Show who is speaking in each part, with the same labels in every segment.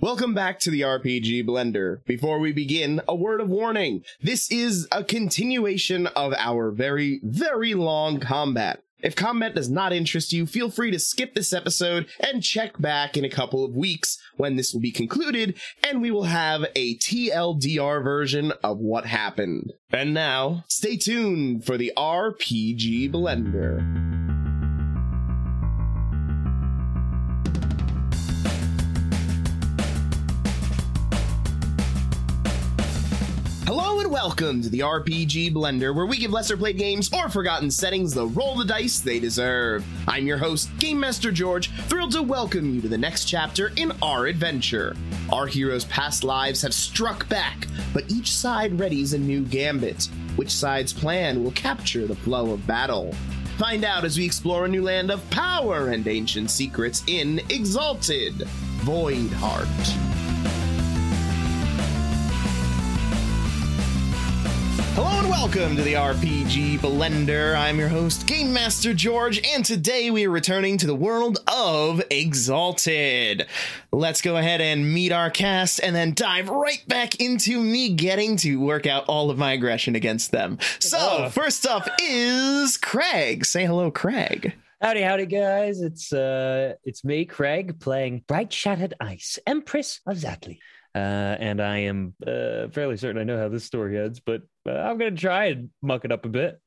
Speaker 1: Welcome back to the RPG Blender. Before we begin, a word of warning. This is a continuation of our very, very long combat. If combat does not interest you, feel free to skip this episode and check back in a couple of weeks when this will be concluded and we will have a TLDR version of what happened. And now, stay tuned for the RPG Blender. Hello and welcome to the RPG Blender, where we give lesser played games or forgotten settings the roll the dice they deserve. I'm your host, Game Master George, thrilled to welcome you to the next chapter in our adventure. Our heroes' past lives have struck back, but each side readies a new gambit. Which side's plan will capture the flow of battle? Find out as we explore a new land of power and ancient secrets in Exalted Void Heart. Hello and welcome to the RPG Blender. I'm your host, Game Master George, and today we are returning to the world of Exalted. Let's go ahead and meet our cast and then dive right back into me getting to work out all of my aggression against them. So, first up is Craig. Say hello, Craig.
Speaker 2: Howdy, howdy, guys! It's uh, it's me, Craig, playing Bright Shattered Ice, Empress of Zatli. Uh, and I am uh, fairly certain I know how this story ends, but uh, I'm gonna try and muck it up a bit.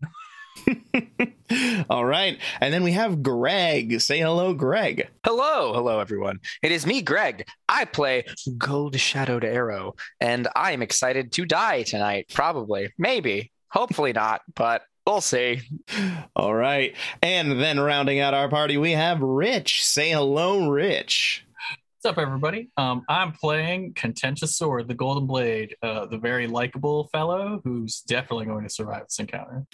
Speaker 1: all right. And then we have Greg. Say hello, Greg.
Speaker 3: Hello, hello everyone. It is me, Greg. I play Gold Shadowed Arrow, and I am excited to die tonight. Probably, maybe, hopefully not, but we'll see.
Speaker 1: All right. And then rounding out our party, we have Rich. Say hello, Rich.
Speaker 4: What's up, everybody? Um, I'm playing Contentious Sword, the Golden Blade, uh, the very likable fellow who's definitely going to survive this encounter.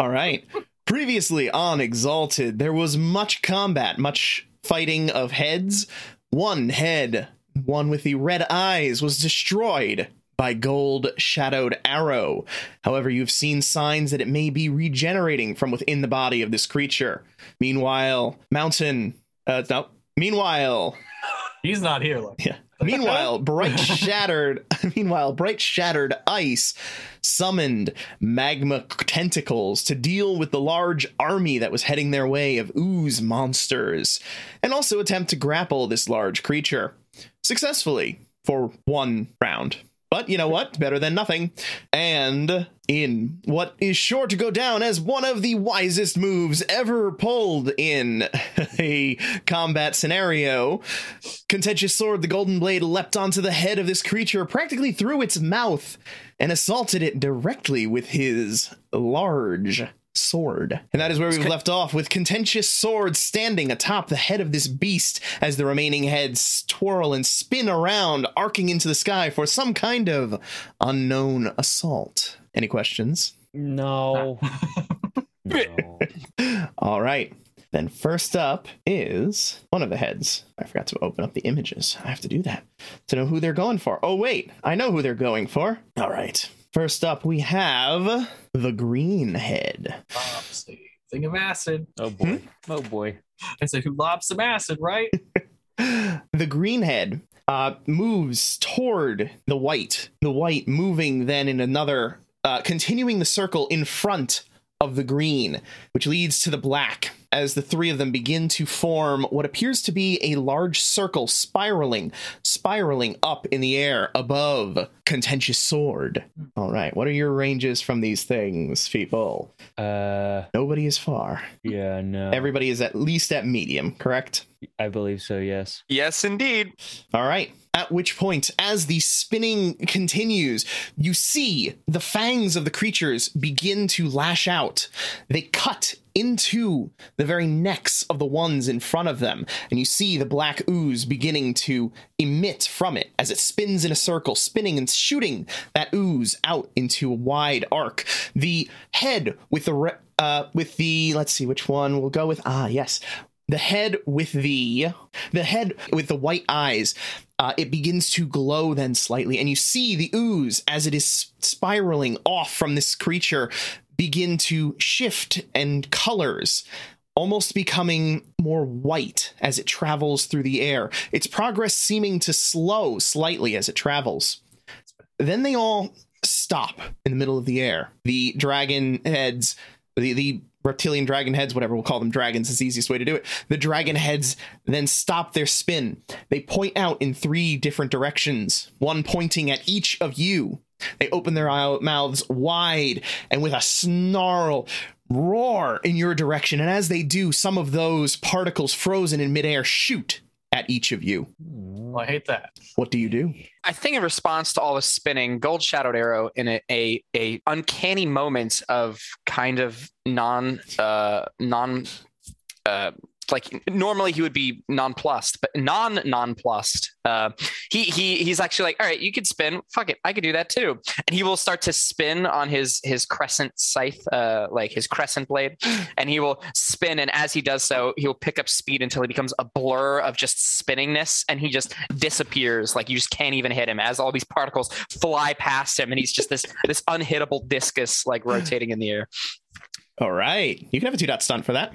Speaker 1: All right. Previously on Exalted, there was much combat, much fighting of heads. One head, one with the red eyes, was destroyed by gold shadowed arrow. However, you've seen signs that it may be regenerating from within the body of this creature. Meanwhile, Mountain. Uh, no. Meanwhile,
Speaker 4: He's not here, look.
Speaker 1: yeah. Meanwhile, bright shattered. Meanwhile, bright shattered ice summoned magma tentacles to deal with the large army that was heading their way of ooze monsters, and also attempt to grapple this large creature successfully for one round. But you know what? Better than nothing. And in what is sure to go down as one of the wisest moves ever pulled in a combat scenario, contentious sword, the golden blade leapt onto the head of this creature, practically through its mouth, and assaulted it directly with his large sword. And that is where we've left off with contentious sword standing atop the head of this beast as the remaining heads twirl and spin around, arcing into the sky for some kind of unknown assault. Any questions?
Speaker 2: No, no.
Speaker 1: All right. Then first up is one of the heads. I forgot to open up the images. I have to do that to know who they're going for. Oh, wait. I know who they're going for. All right. First up, we have the green head.
Speaker 4: Lobs the thing of acid.
Speaker 2: oh boy, oh boy.
Speaker 4: I said, who lobs some acid, right?
Speaker 1: the green head uh, moves toward the white, the white moving then in another, uh, continuing the circle in front of the green, which leads to the black as the three of them begin to form what appears to be a large circle spiraling, spiraling up in the air above contentious sword. All right, what are your ranges from these things, people?
Speaker 2: Uh,
Speaker 1: Nobody is far.
Speaker 2: yeah, no.
Speaker 1: Everybody is at least at medium, correct?
Speaker 2: I believe so. Yes.
Speaker 3: Yes, indeed.
Speaker 1: All right. At which point, as the spinning continues, you see the fangs of the creatures begin to lash out. They cut into the very necks of the ones in front of them, and you see the black ooze beginning to emit from it as it spins in a circle, spinning and shooting that ooze out into a wide arc. The head with the re- uh, with the let's see which one we'll go with. Ah, yes, the head with the the head with the white eyes uh, it begins to glow then slightly and you see the ooze as it is spiraling off from this creature begin to shift and colors almost becoming more white as it travels through the air, its progress seeming to slow slightly as it travels. Then they all stop in the middle of the air. The dragon heads, the, the reptilian dragon heads, whatever we'll call them dragons, is the easiest way to do it. The dragon heads then stop their spin. They point out in three different directions, one pointing at each of you. They open their ou- mouths wide and with a snarl roar in your direction. And as they do, some of those particles frozen in midair shoot at each of you. Hmm.
Speaker 4: Well, Oh, I hate that.
Speaker 1: What do you do?
Speaker 3: I think in response to all the spinning, Gold Shadowed Arrow in a a, a uncanny moment of kind of non uh non uh like normally he would be nonplussed, but non nonplussed. Uh, he he he's actually like, all right, you could spin. Fuck it, I could do that too. And he will start to spin on his his crescent scythe, uh, like his crescent blade, and he will spin. And as he does so, he'll pick up speed until he becomes a blur of just spinningness, and he just disappears. Like you just can't even hit him as all these particles fly past him, and he's just this this unhittable discus like rotating in the air.
Speaker 1: All right. You can have a two dot stunt for that,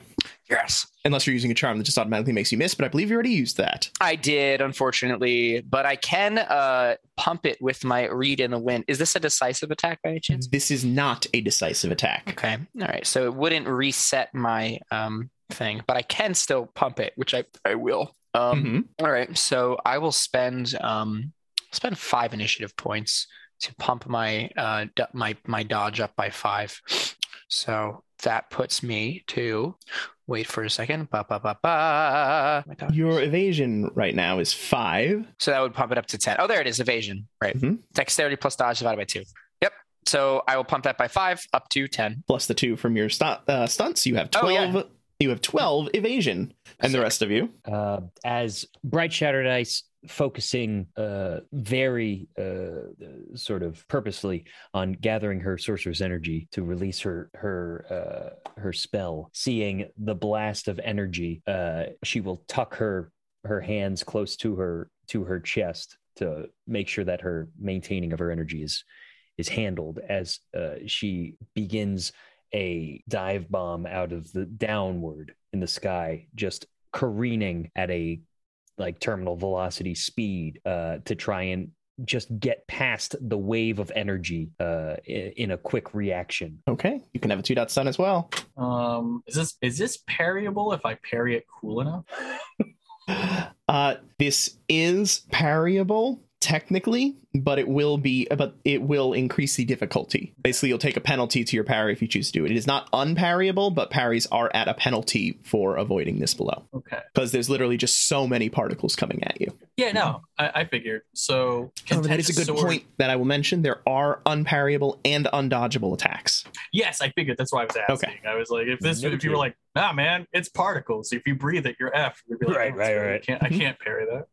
Speaker 3: Yes.
Speaker 1: unless you're using a charm that just automatically makes you miss, but I believe you already used that.
Speaker 3: I did, unfortunately, but I can uh, pump it with my read in the wind. Is this a decisive attack by any chance?
Speaker 1: This is not a decisive attack.
Speaker 3: Okay. All right. So it wouldn't reset my um, thing, but I can still pump it, which I, I will. Um,
Speaker 1: Mhm.
Speaker 3: all right. So I will spend um, spend five initiative points to pump my uh, do- my my dodge up by five. So that puts me to wait for a second. Ba ba ba ba. My dodge.
Speaker 1: Your evasion right now is five.
Speaker 3: So that would pump it up to 10. Oh, there it is, evasion. Right.
Speaker 1: Mhm.
Speaker 3: Dexterity plus dodge divided by two. Yep. So I will pump that by five up to 10.
Speaker 1: plus the two from your stu- uh, stunts. You have
Speaker 3: Oh, yeah.
Speaker 1: twelve. You have twelve evasion, and the rest of you.
Speaker 2: uh, as Bright Shattered Ice focusing uh, very uh, uh, sort of purposely on gathering her sorcerer's energy to release her her uh, her spell. Seeing the blast of energy, uh, she will tuck her her hands close to her to her chest to make sure that her maintaining of her energy is is handled as uh, she begins a dive bomb out of the downward in the sky just careening at a like terminal velocity speed uh, to try and just get past the wave of energy uh, i- in a quick reaction.
Speaker 1: Okay, you can have a two dot stun as well.
Speaker 4: Um, is this is this parryable if I parry it cool enough?
Speaker 1: Uh, this is parryable technically, but it will be, but it will increase the difficulty. Basically, you'll take a penalty to your parry if you choose to do it. It is not unparryable, but parries are at a penalty for avoiding this below
Speaker 4: Okay.
Speaker 1: because there's literally just so many particles coming at you.
Speaker 4: Yeah, no, I, I figured. So
Speaker 1: However, that is a
Speaker 4: contentious
Speaker 1: good
Speaker 4: sword-
Speaker 1: point that I will mention. There are unparryable and undodgeable attacks.
Speaker 4: Yes, I figured. That's why I was asking.
Speaker 1: Okay.
Speaker 4: I was like, if this, if you
Speaker 2: Noted.
Speaker 4: were like, nah, man, it's particles. If you breathe it, you're F. You'd be like,
Speaker 2: Right,
Speaker 4: "Oh,
Speaker 2: right,
Speaker 4: sorry,
Speaker 2: right.
Speaker 4: I can't, I can't parry that.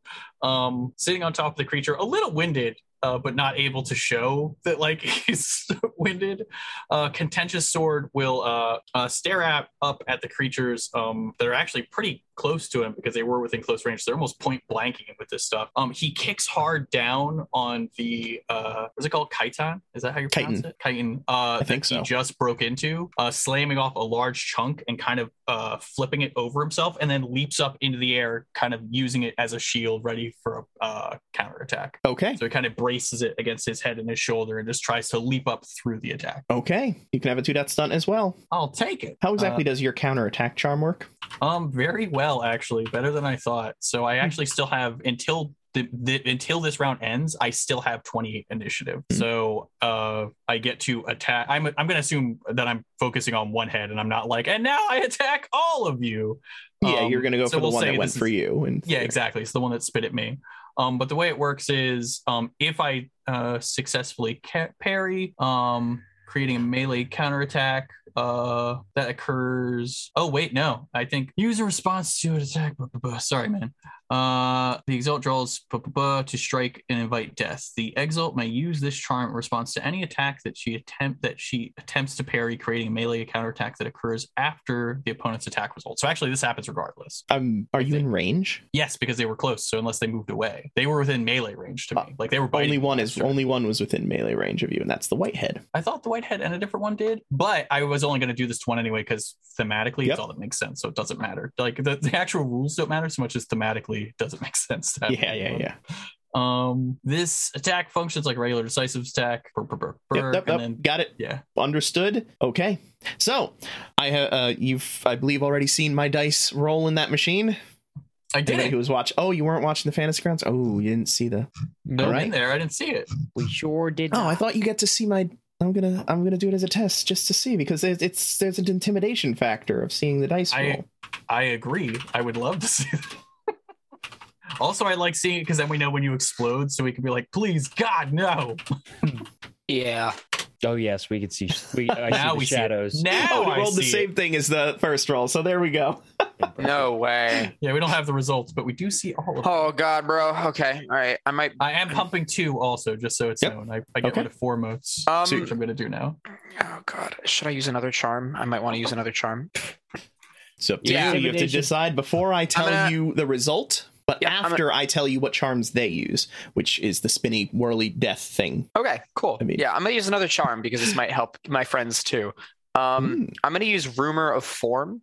Speaker 4: Um, sitting on top of the creature, a little winded, uh, but not able to show that like he's winded. Uh, contentious sword will uh, uh, stare at, up at the creatures um, that are actually pretty close to him because they were within close range. So they're almost point blanking him with this stuff. Um, he kicks hard down on the uh, what's it called? Chiton? Is that how you pronounce
Speaker 1: Chitin.
Speaker 4: it? Chitin. Uh,
Speaker 1: I think
Speaker 4: that he
Speaker 1: so.
Speaker 4: just broke into, uh, slamming off a large chunk and kind of uh, flipping it over himself, and then leaps up into the air, kind of using it as a shield, ready for a uh, counterattack.
Speaker 1: Okay.
Speaker 4: So he kind of braces it against his head and his shoulder, and just tries to leap up through the attack.
Speaker 1: Okay, you can have a two dot stunt as well.
Speaker 4: I'll take it.
Speaker 1: How exactly does your counter attack charm work?
Speaker 4: Uh, um, very well, actually, better than I thought. So I actually still have until. The, the, until this round ends, I still have 20 initiative.
Speaker 1: Mhm.
Speaker 4: So uh, I get to attack. I'm, I'm going to assume that I'm focusing on one head and I'm not like, and now I attack all of you.
Speaker 1: Yeah,
Speaker 4: Um,
Speaker 1: you're going to go
Speaker 4: so
Speaker 1: for the
Speaker 4: we'll
Speaker 1: one
Speaker 4: say
Speaker 1: that went
Speaker 4: this is-
Speaker 1: for you. And
Speaker 4: Yeah, exactly. It's the one that spit at me. Um, but the way it works is um, if I uh, successfully ca- parry, um, creating a melee counterattack uh, that occurs. Oh, wait, no. I think use a response to an attack. Buh, buh, buh. Sorry, man. Uh, the exalt draws buh, buh, buh, to strike and invite death. The exalt may use this charm in response to any attack that she attempt that she attempts to parry, creating a melee counterattack that occurs after the opponent's attack result. So actually, this happens regardless.
Speaker 1: Um, are you in range?
Speaker 4: Yes, because they were close. So unless they moved away, they were within melee range to me.
Speaker 1: Uh,
Speaker 4: like they were biting
Speaker 1: only
Speaker 4: me
Speaker 1: one
Speaker 4: last
Speaker 1: is
Speaker 4: turn.
Speaker 1: only one was within melee range of you, and that's the whitehead.
Speaker 4: I thought the whitehead and a different one did, but I was only going to do this to one anyway because thematically
Speaker 1: Yep.
Speaker 4: it's all that makes sense. So it doesn't matter. Like the, the actual rules don't matter so much as thematically it doesn't make sense. to have
Speaker 1: Yeah, yeah,
Speaker 4: anyone.
Speaker 1: yeah.
Speaker 4: Um, this attack functions like regular decisive attack. Burp, burp, burp,
Speaker 1: Yep,
Speaker 4: burp,
Speaker 1: yep,
Speaker 4: and
Speaker 1: yep.
Speaker 4: then
Speaker 1: Got it.
Speaker 4: yeah,
Speaker 1: Understood. Okay. So I ha- uh, you've I believe already seen my dice roll in that machine.
Speaker 4: I did
Speaker 1: Anybody
Speaker 4: it.
Speaker 1: who was watch. Oh, you weren't watching the fantasy grounds. Oh, you didn't see the.
Speaker 4: No,
Speaker 1: All
Speaker 4: I'm
Speaker 1: right.
Speaker 4: in there. I didn't see it.
Speaker 2: We sure did.
Speaker 1: Oh, I
Speaker 2: not.
Speaker 1: thought you get to see my. I'm gonna I'm gonna do it as a test just to see because there's it's there's an intimidation factor of seeing the dice
Speaker 4: I-
Speaker 1: roll.
Speaker 4: I agree. I would love to see that. also, I like seeing it because then we know when you explode, so we can be like, please, God, no.
Speaker 3: Yeah.
Speaker 2: Oh, yes, we could see. We, I
Speaker 4: Now
Speaker 2: see the
Speaker 4: we see it.
Speaker 2: shadows.
Speaker 4: Now
Speaker 1: oh,
Speaker 4: I
Speaker 1: it rolled the
Speaker 4: see it.
Speaker 1: same thing as the first roll, so there we go.
Speaker 3: No way.
Speaker 4: Yeah, we don't have the results, but we do see all of them.
Speaker 3: Oh God, bro. Okay. All right. I might.
Speaker 4: I am pumping two also, just so it's
Speaker 1: Yep.
Speaker 4: known. I, I get
Speaker 1: Okay.
Speaker 4: rid of four motes,
Speaker 3: Um,
Speaker 4: which I'm going to do now.
Speaker 3: Oh God. Should I use another charm? I might want to use another charm.
Speaker 1: So
Speaker 3: Yeah.
Speaker 1: you. You have to
Speaker 2: Intimidation.
Speaker 1: decide before I tell
Speaker 3: gonna-
Speaker 1: you the result, but
Speaker 3: Yeah, I'm gonna-
Speaker 1: after I tell you what charms they use, which is the spinny whirly death thing.
Speaker 3: Okay. Cool.
Speaker 1: I mean-
Speaker 3: yeah. I'm gonna use another charm because this might help my friends too. Um,
Speaker 1: Hmm.
Speaker 3: I'm going to use rumor of form.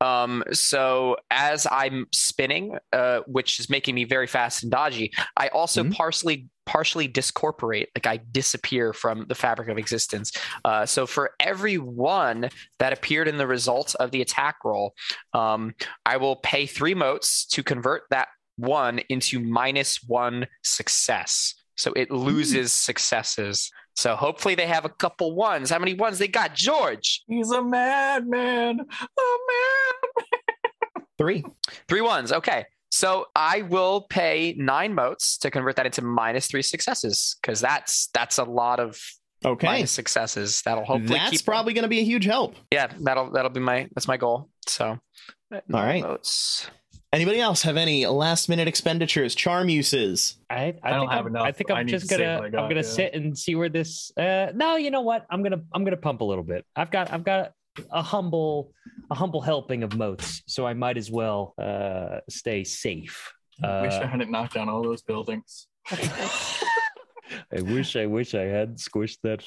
Speaker 3: Um, so as I'm spinning, uh, which is making me very fast and dodgy, I also
Speaker 1: Mhm.
Speaker 3: partially partially discorporate, like I disappear from the fabric of existence. Uh, so for every one that appeared in the results of the attack roll, um, I will pay three motes to convert that one into minus one success. So
Speaker 1: Hmm.
Speaker 3: it loses successes. So hopefully they have a couple ones. How many ones they got, George?
Speaker 4: He's a madman. A man.
Speaker 1: Three.
Speaker 3: Three ones. Okay. So I will pay nine motes to convert that into minus three successes because that's that's a lot of
Speaker 1: Okay.
Speaker 3: minus successes. That'll hopefully
Speaker 1: That's
Speaker 3: keep
Speaker 1: probably going to be a huge help.
Speaker 3: yeah. That'll that'll be my that's my goal. So all
Speaker 1: right.
Speaker 3: Motes.
Speaker 1: Anybody else have any last minute expenditures, charm uses?
Speaker 2: I, I,
Speaker 4: don't
Speaker 2: think
Speaker 4: have
Speaker 2: I'm,
Speaker 4: enough.
Speaker 2: I think
Speaker 4: I
Speaker 2: I'm
Speaker 4: need
Speaker 2: just
Speaker 4: to save
Speaker 2: gonna
Speaker 4: what I
Speaker 2: I'm
Speaker 4: got,
Speaker 2: gonna
Speaker 4: yeah.
Speaker 2: sit and see where this. Uh, no, you know what? I'm gonna I'm gonna pump a little bit. I've got I've got a humble a humble helping of moats, so I might as well uh, stay safe.
Speaker 4: I wish I
Speaker 2: Uh,
Speaker 4: hadn't knocked down all those buildings.
Speaker 2: I wish I wish I had squished that.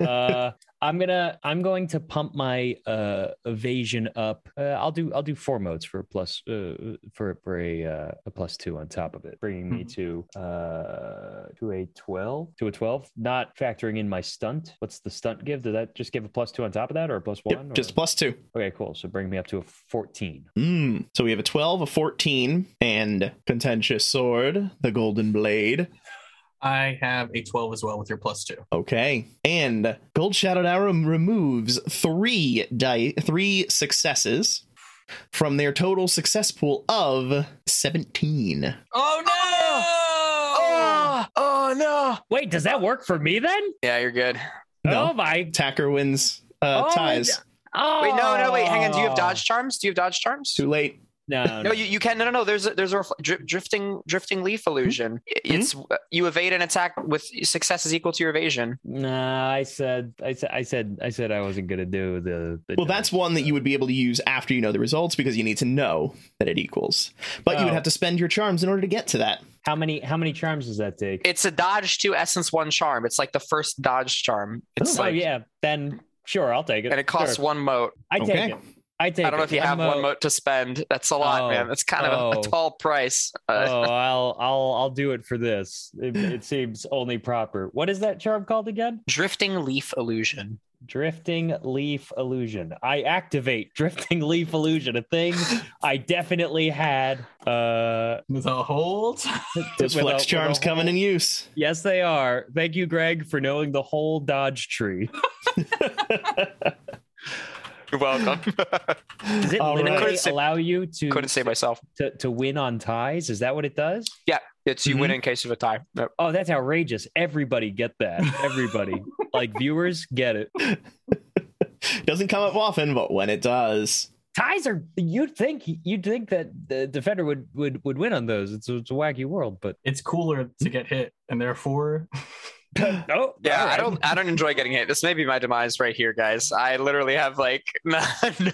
Speaker 2: uh, I'm gonna I'm going to pump my uh, evasion up. Uh, I'll do I'll do four modes for a plus uh, for for a, uh, a plus two on top of it, bringing me
Speaker 4: Mhm.
Speaker 2: to uh, to a twelve to a twelve. Not factoring in my stunt. What's the stunt give? Did that just give a plus two on top of that, or a plus one?
Speaker 1: Yep,
Speaker 2: or-
Speaker 1: just plus two.
Speaker 2: okay, cool. So bring me up to a fourteen.
Speaker 1: Mm. So we have a 12, a 14, and contentious sword, the golden blade.
Speaker 4: I have a 12 as well with your plus two.
Speaker 1: Okay. And gold shadowed arrow removes three die, three successes from their total success pool of 17.
Speaker 4: Oh, no.
Speaker 3: Oh, oh no.
Speaker 2: Wait, does that work for me then?
Speaker 3: Yeah, you're good.
Speaker 1: No.
Speaker 2: Oh my!
Speaker 1: Attacker wins uh,
Speaker 2: Oh,
Speaker 1: ties.
Speaker 2: Oh
Speaker 3: Wait, no, no, wait, hang on. Do you have dodge charms? Do you have dodge charms?
Speaker 1: Too late.
Speaker 2: No, no,
Speaker 3: No, you, you can no no no. There's a, there's a refl- dri- drifting drifting leaf
Speaker 2: Hmm?
Speaker 3: illusion. It's you evade an attack with success is equal to your evasion.
Speaker 2: Nah, I said, I said, I said, I said I wasn't gonna do the. the
Speaker 1: Well, that's one that you would be able to use after you know the results because you need to know that it equals. But you would
Speaker 2: Oh.
Speaker 1: have to spend your charms in order to get to that.
Speaker 2: How many? How many charms does that take?
Speaker 3: it's a dodge two essence one charm. It's like the first dodge charm. It's
Speaker 2: oh
Speaker 3: like
Speaker 2: yeah, then sure, I'll take it.
Speaker 3: and it costs
Speaker 2: Sure.
Speaker 3: one mote.
Speaker 2: I take
Speaker 1: Okay.
Speaker 2: it. I take.
Speaker 3: I don't know
Speaker 2: it.
Speaker 3: if you have
Speaker 2: I'm, uh,
Speaker 3: one mote to spend. That's a lot,
Speaker 2: Oh.
Speaker 3: man. That's kind of a,
Speaker 2: Oh.
Speaker 3: a tall price. Uh,
Speaker 2: oh, I'll, I'll, I'll do it for this. It, it seems only proper. What is that charm called again?
Speaker 3: Drifting leaf illusion.
Speaker 2: Drifting leaf illusion. I activate drifting leaf illusion, a thing I definitely had. Uh,
Speaker 4: The whole time.
Speaker 1: Those
Speaker 2: with a-
Speaker 1: flex
Speaker 2: with a
Speaker 1: charms
Speaker 2: whole-
Speaker 1: coming in use.
Speaker 2: Yes, they are. Thank you, Greg, for knowing the whole dodge tree.
Speaker 3: You're welcome.
Speaker 2: Does it
Speaker 1: All right.
Speaker 2: literally
Speaker 3: Couldn't say-
Speaker 2: allow you to
Speaker 3: Couldn't save myself.
Speaker 2: to, to win on ties? Is that what it does?
Speaker 3: It's
Speaker 2: Mm-hmm.
Speaker 3: you win
Speaker 1: Mhm.
Speaker 3: in case of a tie. Yep.
Speaker 2: Oh, that's outrageous. Everybody get that. Everybody. like viewers get it.
Speaker 1: Doesn't come up often, but when it does,
Speaker 2: Ties are you'd think you'd think that the defender would would would win on those. It's, it's a wacky world, but
Speaker 4: It's cooler to get hit, and therefore
Speaker 2: oh
Speaker 3: Yeah,
Speaker 2: all
Speaker 3: I
Speaker 2: right.
Speaker 3: don't. I don't enjoy getting hit. This may be my demise right here, guys. I literally have like no.
Speaker 2: It's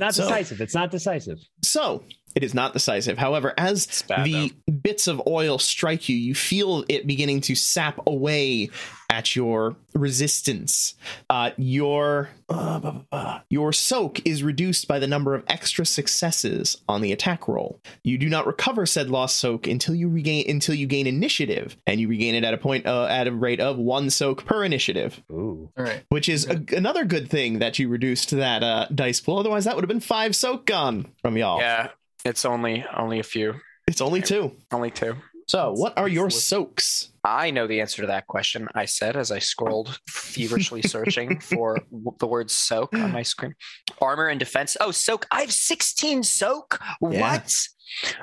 Speaker 2: not
Speaker 1: So-
Speaker 2: decisive. It's not decisive.
Speaker 1: so it is not decisive. However, as
Speaker 3: bad,
Speaker 1: the bits of oil strike you, you feel it beginning to sap away at your resistance. Uh, your uh, blah, blah, blah. your soak is reduced by the number of extra successes on the attack roll. You do not recover said lost soak until you regain until you gain initiative, and you regain it at a point uh, at a rate of one soak per initiative,
Speaker 2: Ooh.
Speaker 4: All right.
Speaker 1: which is a, another good thing that you reduced that uh, dice pool. Otherwise, that would have been five soak gone from y'all.
Speaker 3: Yeah, it's only only a few,
Speaker 1: It's only two.
Speaker 3: only two.
Speaker 1: So,
Speaker 4: That's
Speaker 1: what are your
Speaker 4: useless.
Speaker 1: soaks?
Speaker 3: I know the answer to that question. I said as I scrolled feverishly searching for w- the word soak on my screen. Armor and defense. Oh, soak. I have 16 soak.
Speaker 1: Yeah.
Speaker 3: What?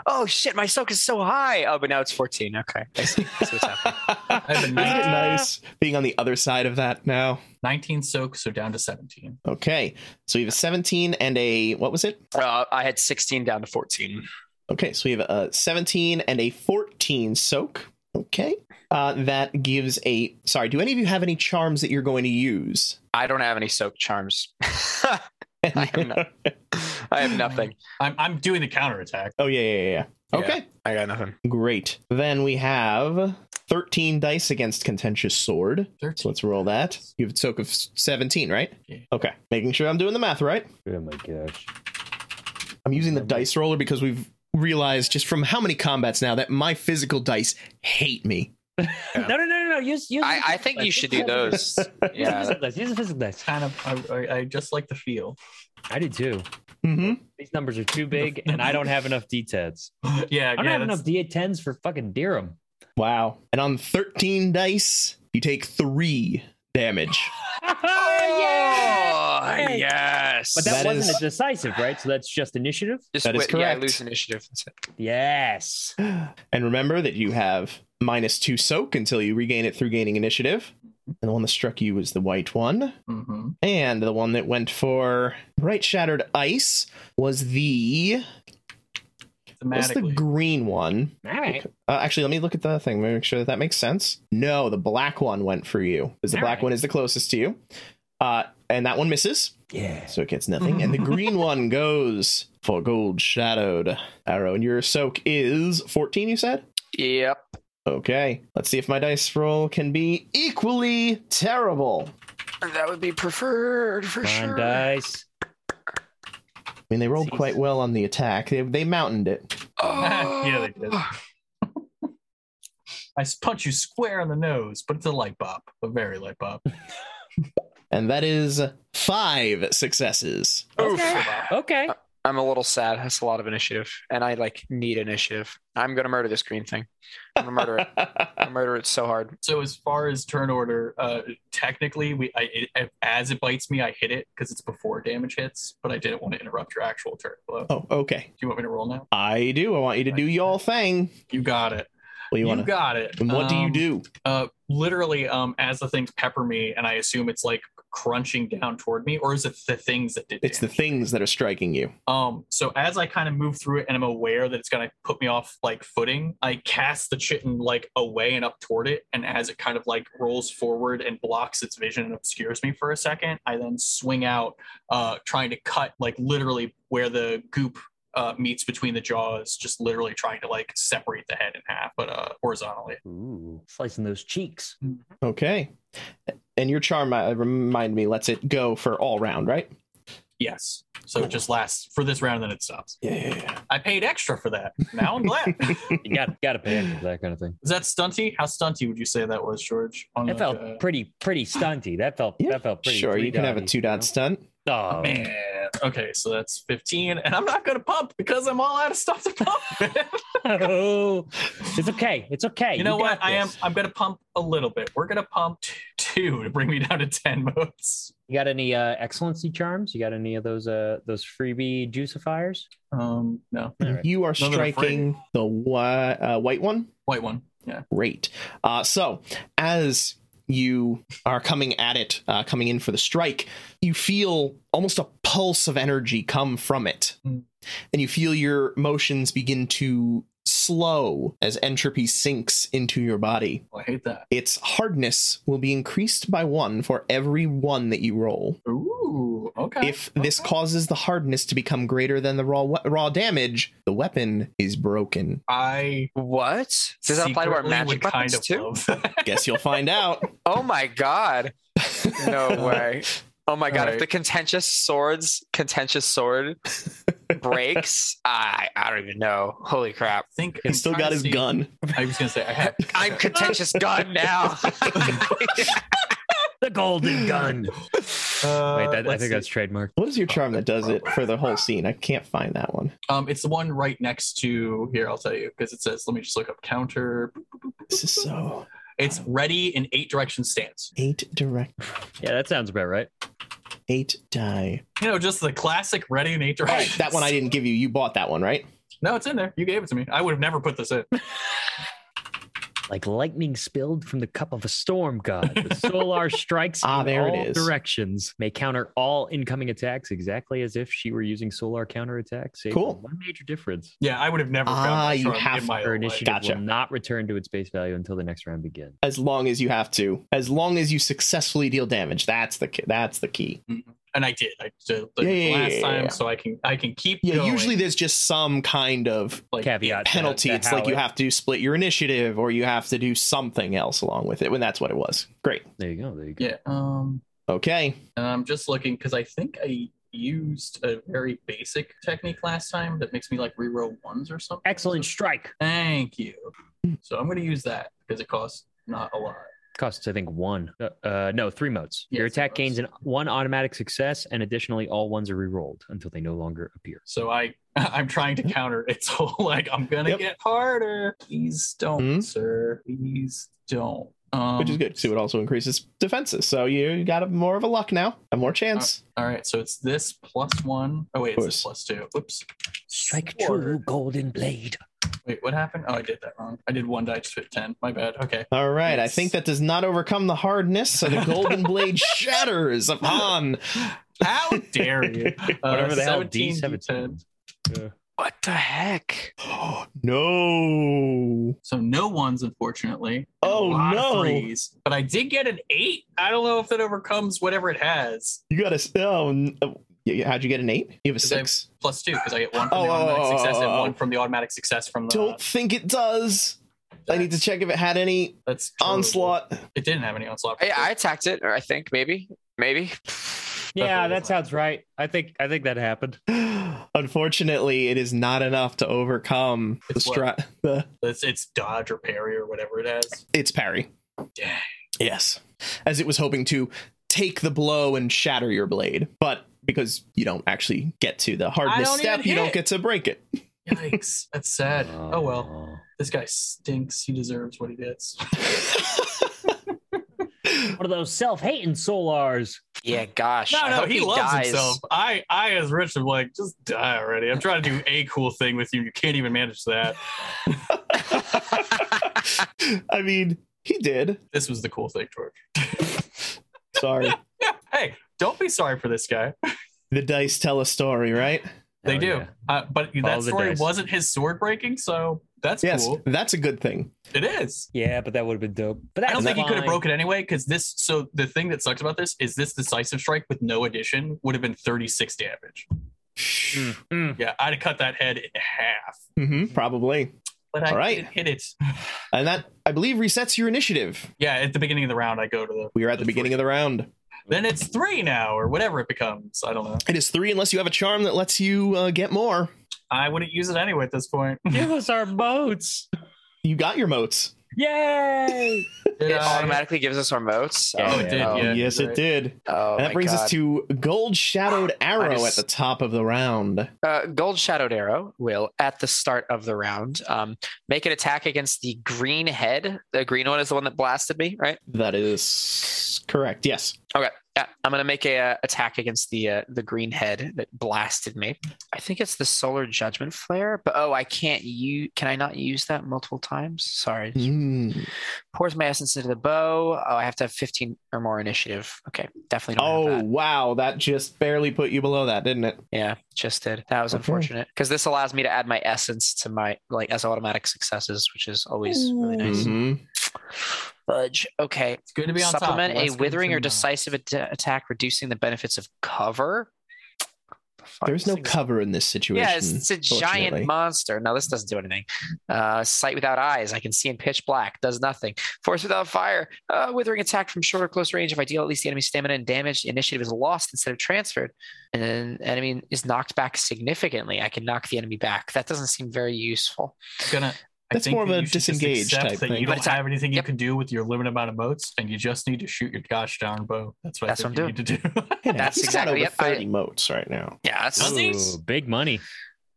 Speaker 3: Oh shit, my soak is so high. Oh, but now it's 14. Okay. I see. I see what's happening.
Speaker 4: I've been
Speaker 1: Isn't it nice being on the other side of that now?
Speaker 4: 19 soak, so down to 17.
Speaker 1: Okay. So we have a 17 and a what was it?
Speaker 3: Uh, I had 16 down to 14.
Speaker 1: Okay, so we have a 17 and a 14 soak. Okay. Uh, that gives a sorry, do any of you have any charms that you're going to use?
Speaker 3: I don't have any soak charms. I have no- I have nothing.
Speaker 4: I'm, I'm doing the counterattack.
Speaker 1: oh yeah, yeah, yeah, yeah.
Speaker 3: Yeah.
Speaker 1: Okay.
Speaker 3: I got nothing.
Speaker 1: Great. Then we have 13 dice against contentious sword.
Speaker 4: 13.
Speaker 1: So let's roll that. You have a soak of 17, right?
Speaker 4: Yeah.
Speaker 1: Okay. Making sure I'm doing the math right.
Speaker 2: Oh my gosh.
Speaker 1: I'm using the dice roller because we've realized just from how many combats now that my physical dice hate me.
Speaker 3: Yeah.
Speaker 2: No, no, no, no, no. Use, use the
Speaker 3: I, I
Speaker 2: physical
Speaker 3: think
Speaker 2: dice.
Speaker 3: you should do
Speaker 2: Use the physical
Speaker 3: those.
Speaker 2: dice. Use the physical
Speaker 3: Yeah.
Speaker 2: dice. Use the physical dice.
Speaker 4: Kind of, I, I, I just like the feel.
Speaker 2: I do too.
Speaker 1: Mm-hmm.
Speaker 2: These numbers are too big, and I don't have enough D10s.
Speaker 4: yeah,
Speaker 2: I don't
Speaker 4: yeah.
Speaker 2: have enough
Speaker 4: That's,
Speaker 2: D10s for fucking Dirham.
Speaker 1: Wow. And on 13 dice, you take three damage. Oh,
Speaker 3: Oh,
Speaker 2: Yay!
Speaker 3: yes.
Speaker 2: But that,
Speaker 1: That
Speaker 2: wasn't
Speaker 1: is-
Speaker 2: a decisive, right? So that's just initiative.
Speaker 3: Just
Speaker 1: That is
Speaker 3: wait- Yeah, I
Speaker 1: correct.
Speaker 3: lose initiative. That's it.
Speaker 2: Yes.
Speaker 1: And remember that you have minus two soak until you regain it through gaining initiative. And the one that struck you was the white one.
Speaker 4: hmm
Speaker 1: And the one that went for Bright Shattered Ice was the. What's the
Speaker 4: Thematically.
Speaker 1: green one?
Speaker 2: All right.
Speaker 1: Uh, actually, let me look at the thing. Make sure that that makes sense. No, the black one went for you because the
Speaker 2: All
Speaker 1: black
Speaker 2: right.
Speaker 1: one is the closest to you, uh, and that one misses,
Speaker 2: Yeah.
Speaker 1: so it gets nothing. and the green one goes for gold shadowed arrow, and your soak is fourteen. You said.
Speaker 3: Yep.
Speaker 1: Okay, let's see if my dice roll can be equally terrible.
Speaker 3: That would be preferred for
Speaker 2: Come on,
Speaker 3: sure.
Speaker 2: dice.
Speaker 1: I mean, they rolled
Speaker 2: Jeez.
Speaker 1: quite well on the attack. They they mounted it.
Speaker 3: Oh.
Speaker 4: Yeah, they did. I s- punch you square in the nose, but it's a light pop, a very light pop.
Speaker 1: And that is five successes.
Speaker 3: Oof.
Speaker 2: Okay.
Speaker 1: Uh,
Speaker 3: I'm a little sad. That's a lot of initiative, and I like need initiative. I'm gonna murder this green thing. I'm gonna
Speaker 1: Oh,
Speaker 3: murder it. I'm gonna murder it so hard.
Speaker 4: So as far as turn order, uh, technically, we I, it, as it bites me, I hit it because it's before damage hits. But I didn't want to interrupt your actual turn blow. Do
Speaker 1: oh, okay.
Speaker 4: you want me to roll now?
Speaker 1: I do. I want you to do your thing.
Speaker 4: You got it.
Speaker 1: What do you
Speaker 4: You,
Speaker 1: want to?
Speaker 4: got it.
Speaker 1: And what do you
Speaker 4: Um,
Speaker 1: do?
Speaker 4: Uh, literally, um, as the things pepper me, and I assume it's like crunching down toward me, or is it the things that did?
Speaker 1: It's the
Speaker 4: damage?
Speaker 1: things that are striking you.
Speaker 4: Um, so as I kind of move through it and I'm aware that it's gonna put me off like footing, I cast the chitin like away and up toward it, and as it kind of like rolls forward and blocks its vision and obscures me for a second, I then swing out, uh, trying to cut like literally where the goop uh, meets between the jaws, just literally trying to like separate the head in half, but uh, horizontally.
Speaker 2: Ooh. Slicing those cheeks.
Speaker 1: Okay. And your charm, uh, remind me, lets it go for all round, right?
Speaker 4: Yes. So it just lasts for this round, and then it stops.
Speaker 1: Yeah, yeah, yeah.
Speaker 4: I paid extra for that. Now I'm glad.
Speaker 2: You got got to pay for that kind of thing.
Speaker 4: Is that stunty? How stunty would you say that was, George? On
Speaker 2: That
Speaker 4: the-
Speaker 2: felt
Speaker 4: uh,
Speaker 2: pretty pretty stunty. That felt
Speaker 1: Oh, Yeah,
Speaker 2: that felt pretty.
Speaker 1: Sure, you can have a
Speaker 2: three-dotty,
Speaker 1: two dot stunt.
Speaker 2: you know? Oh
Speaker 4: Man. Okay, so that's 15, and I'm not gonna pump because I'm all out of stuff to pump.
Speaker 2: Oh, it's okay. It's okay.
Speaker 4: you know what?
Speaker 2: got
Speaker 4: I am
Speaker 2: this.
Speaker 4: I'm gonna pump a little bit. We're gonna pump t- two to bring me down to 10 modes.
Speaker 2: You got any uh, excellency charms? You got any of those uh those freebie juicifiers?
Speaker 4: Um no.
Speaker 2: All right.
Speaker 1: You are
Speaker 4: None that I'm
Speaker 1: striking the whi- uh, white one.
Speaker 4: White one. Yeah.
Speaker 1: Great. Uh, so, as you are coming at it, uh, coming in for the strike, you feel almost a pulse of energy come from it.
Speaker 4: Mm.
Speaker 1: And you feel your motions begin to slow as entropy sinks into your body.
Speaker 4: Well, I hate that.
Speaker 1: Its hardness will be increased by one for every one that you roll.
Speaker 4: Ooh. Okay.
Speaker 1: If this
Speaker 4: Oh, okay.
Speaker 1: causes the hardness to become greater than the raw we- raw damage, the weapon is broken.
Speaker 4: I
Speaker 3: What? Does that apply to our
Speaker 4: secretly
Speaker 3: magic
Speaker 4: would
Speaker 3: weapons
Speaker 4: kind of
Speaker 3: too?
Speaker 4: love that.
Speaker 1: Guess you'll find out.
Speaker 3: Oh my god. No way. Oh my god, if
Speaker 4: Alright.
Speaker 3: the contentious swords contentious sword breaks, I I don't even know. Holy crap.
Speaker 4: I think
Speaker 1: He's still got his gun.
Speaker 4: I was gonna say I have
Speaker 3: I'm contentious god now.
Speaker 2: The golden gun.
Speaker 4: uh,
Speaker 2: Wait, that, I
Speaker 4: let's
Speaker 2: think
Speaker 4: see.
Speaker 2: that's trademark.
Speaker 1: What is your charm that does it for the whole scene? I can't find that one.
Speaker 4: um it's the one right next to here, I'll tell you, because it says let me just look up counter.
Speaker 1: This is so
Speaker 4: It's ready in eight direction stance.
Speaker 1: eight direct
Speaker 2: Yeah, that sounds about right.
Speaker 1: eight die.
Speaker 4: You know, just the classic ready in eight
Speaker 1: All right,
Speaker 4: directions.
Speaker 1: that one I didn't give you. You bought that one, right?
Speaker 4: No, it's in there. You gave it to me. I would have never put this in.
Speaker 2: Like lightning spilled from the cup of a storm god. The solar strikes
Speaker 1: Ah,
Speaker 2: in
Speaker 1: there it
Speaker 2: all
Speaker 1: is.
Speaker 2: directions. May counter all incoming attacks exactly as if she were using solar counterattacks. save
Speaker 1: Cool.
Speaker 2: for One major difference.
Speaker 4: Yeah, I would have never found
Speaker 1: Ah,
Speaker 4: that
Speaker 1: you
Speaker 4: charm
Speaker 1: have
Speaker 4: in my
Speaker 2: Her
Speaker 4: whole life.
Speaker 2: initiative
Speaker 1: Gotcha.
Speaker 2: will not return to its base value until the next round begins.
Speaker 1: As long as you have to, as long as you successfully deal damage, that's the ki- that's the key.
Speaker 4: And I did. I did the
Speaker 1: Yeah, yeah,
Speaker 4: last
Speaker 1: yeah,
Speaker 4: time,
Speaker 1: yeah.
Speaker 4: so I can I can keep
Speaker 1: Yeah,
Speaker 4: going.
Speaker 1: usually there's just some kind of
Speaker 4: like
Speaker 2: Caveat.
Speaker 1: penalty.
Speaker 2: to- to
Speaker 1: it's
Speaker 2: how
Speaker 1: like you
Speaker 2: it-
Speaker 1: have to split your initiative or you have to do something else along with it. When that's what it was. Great.
Speaker 2: There you go. There you go.
Speaker 4: Yeah. Um
Speaker 1: Okay.
Speaker 4: and I'm just looking because I think I used a very basic technique last time that makes me like reroll ones or something.
Speaker 2: Excellent strike.
Speaker 4: Thank you. So I'm gonna use that because it costs not a lot.
Speaker 2: costs i think one uh, uh no three motes
Speaker 4: Yeah,
Speaker 2: your
Speaker 4: three
Speaker 2: attack
Speaker 4: motes.
Speaker 2: gains an, one automatic success and additionally all ones are rerolled until they no longer appear
Speaker 4: So I I'm trying to counter it. So like I'm gonna
Speaker 1: Mm-hmm. Yep.
Speaker 4: get harder. Please don't,
Speaker 1: Mhm.
Speaker 4: sir. Please don't. Um,
Speaker 1: Which is good. So it also increases defenses. So you got a, more of a luck now, a more chance.
Speaker 4: All right, so it's this plus one. Oh wait, it's this
Speaker 1: Course.
Speaker 4: plus two. Oops.
Speaker 2: strike
Speaker 4: Sword.
Speaker 2: true golden blade
Speaker 4: Wait, what happened? Oh, I did that wrong. I did one die to fit ten. My bad. Okay.
Speaker 1: All right. I
Speaker 4: Yes.
Speaker 1: think that does not overcome the hardness. So the golden blade shatters upon
Speaker 4: How dare you? Uh,
Speaker 2: whatever the hell
Speaker 4: 17
Speaker 2: d17 Yeah.
Speaker 3: what the heck?
Speaker 1: no.
Speaker 4: So no ones, unfortunately. And
Speaker 1: Oh,
Speaker 4: a lot of
Speaker 1: no.
Speaker 4: threes. But I did get an eight. I don't know if that overcomes whatever it has.
Speaker 1: You got a. Oh, n- oh, y- how'd you get an eight? You have a
Speaker 4: Because I-
Speaker 1: six.
Speaker 4: Plus two, because I get one from
Speaker 1: Oh,
Speaker 4: the
Speaker 1: oh,
Speaker 4: automatic
Speaker 1: oh,
Speaker 4: success
Speaker 1: oh,
Speaker 4: and
Speaker 1: oh.
Speaker 4: one from the automatic success from the.
Speaker 1: Don't think it does. I need to check if it had any
Speaker 4: That's terrible.
Speaker 1: onslaught.
Speaker 4: It didn't have any onslaught.
Speaker 3: I, I attacked it, or I think maybe. Maybe.
Speaker 2: yeah
Speaker 4: what it
Speaker 2: that
Speaker 4: was.
Speaker 2: sounds right i think i think that happened
Speaker 1: Unfortunately, it is not enough to overcome the
Speaker 4: It's what?
Speaker 1: strat. The
Speaker 4: It's, it's dodge or parry or whatever it has.
Speaker 1: it's parry.
Speaker 4: Dang.
Speaker 1: Yes, as it was hoping to take the blow and shatter your blade, but because you don't actually get to the hardness
Speaker 4: don't
Speaker 1: step,
Speaker 4: even
Speaker 1: you don't
Speaker 4: hit.
Speaker 1: get to break it.
Speaker 4: Yikes. That's sad. Oh,
Speaker 2: Uh.
Speaker 4: well. This guy stinks. He deserves what he gets.
Speaker 2: one of those self-hating solars
Speaker 3: Yeah, gosh.
Speaker 4: No,
Speaker 3: I
Speaker 4: no,
Speaker 3: hope
Speaker 4: he, loves
Speaker 3: dies.
Speaker 4: himself. I, I, as Rich, am like, just die already. I'm trying to do a cool thing with you. You can't even manage that.
Speaker 1: I mean, he did.
Speaker 4: This was the cool thing, George.
Speaker 1: Sorry.
Speaker 4: Yeah. Hey, don't be sorry for this guy.
Speaker 1: the dice tell a story, right?
Speaker 4: They
Speaker 2: Hell
Speaker 4: do.
Speaker 2: Oh, yeah.
Speaker 4: Uh, but
Speaker 2: Follow
Speaker 4: that
Speaker 2: the
Speaker 4: story
Speaker 2: dice.
Speaker 4: wasn't his sword breaking, so that's
Speaker 1: yes,
Speaker 4: cool.
Speaker 1: that's a good thing.
Speaker 4: It is.
Speaker 2: yeah but that would have been dope but that's
Speaker 4: I don't think he could have
Speaker 2: fine.
Speaker 4: broken anyway, because this. So the thing that sucks about this is this decisive strike with no addition would have been 36 damage.
Speaker 3: Hmm,
Speaker 2: Mm.
Speaker 4: Yeah, I'd have cut that head in half.
Speaker 1: hmm probably.
Speaker 4: But I
Speaker 1: All right.
Speaker 4: didn't hit it.
Speaker 1: And that, I believe, resets your initiative.
Speaker 4: Yeah, at the beginning of the round, I go to the.
Speaker 1: We are at the beginning of the round.
Speaker 4: Then it's three now, or whatever it becomes. I don't know.
Speaker 1: It is three, unless you have a charm that lets you uh, get more.
Speaker 4: I wouldn't use it anyway at this point.
Speaker 2: give us our moats
Speaker 1: You got your motes.
Speaker 2: yay
Speaker 4: Did
Speaker 3: It
Speaker 4: I-
Speaker 3: automatically gives us our motes.
Speaker 2: Yeah.
Speaker 4: Oh, it did.
Speaker 3: no.
Speaker 4: Yeah.
Speaker 1: yes,
Speaker 4: you're
Speaker 1: it
Speaker 4: right.
Speaker 1: did.
Speaker 3: Oh,
Speaker 1: and that
Speaker 3: my
Speaker 1: brings
Speaker 3: God.
Speaker 1: us to Gold Shadowed Arrow
Speaker 3: just-
Speaker 1: at the top of the round.
Speaker 3: Uh, Gold Shadowed Arrow will, at the start of the round, um, make an attack against the green head. The green one is the one that blasted me, right?
Speaker 1: That is correct. Yes.
Speaker 3: Okay. Yeah, I'm gonna make a uh, attack against the uh, the green head that blasted me. I think it's the Solar Judgment Flare, but oh, I can't use. Can I not use that multiple times? Sorry.
Speaker 1: Mm.
Speaker 3: Pours my essence into the bow. Oh, I have to have 15 or more initiative. Okay, definitely. Don't have
Speaker 1: Oh,
Speaker 3: that.
Speaker 1: wow. That just barely put you below that, didn't it?
Speaker 3: Yeah, just did. That was
Speaker 1: Okay.
Speaker 3: unfortunate because this allows me to add my
Speaker 1: Mm-hmm.
Speaker 3: essence to my like as automatic successes, which is always really nice.
Speaker 1: Mhm.
Speaker 3: Fudge. Okay.
Speaker 4: It's good to be on
Speaker 3: Supplement
Speaker 4: top.
Speaker 3: a
Speaker 4: Less good
Speaker 3: withering
Speaker 4: to
Speaker 3: or
Speaker 4: know.
Speaker 3: decisive at- attack, reducing the benefits of cover. The fuck
Speaker 1: There's
Speaker 3: is
Speaker 1: no
Speaker 3: this?
Speaker 1: cover in this situation.
Speaker 3: Yeah, it's, it's a giant
Speaker 1: fortunately.
Speaker 3: monster. No, this doesn't do anything. Uh, sight without eyes, I can see in pitch black, does nothing. Force without fire, uh, withering attack from short or close range. If I deal at least the enemy's stamina and damage, the initiative is lost instead of transferred. And then enemy is knocked back significantly. I can knock the enemy back. That doesn't seem very useful.
Speaker 4: gonna. I
Speaker 1: That's
Speaker 4: think
Speaker 1: more of
Speaker 4: that
Speaker 1: a
Speaker 4: you should just
Speaker 1: disengage
Speaker 4: accept
Speaker 1: type
Speaker 4: that
Speaker 1: thing.
Speaker 4: You
Speaker 3: But
Speaker 4: don't
Speaker 3: it's a-
Speaker 4: have anything you
Speaker 3: yep.
Speaker 4: can do with your limited amount of moats, and you just need to shoot your gosh darn bow. That's what
Speaker 3: That's
Speaker 4: I
Speaker 3: what
Speaker 4: think
Speaker 3: I'm
Speaker 4: you need to do.
Speaker 1: You know,
Speaker 3: That's
Speaker 1: he's
Speaker 3: exactly
Speaker 1: got
Speaker 3: it.
Speaker 1: over
Speaker 3: I-
Speaker 1: 30 motes right now.
Speaker 3: Yeah, that's,
Speaker 4: Does he? Does
Speaker 2: Ooh, big money.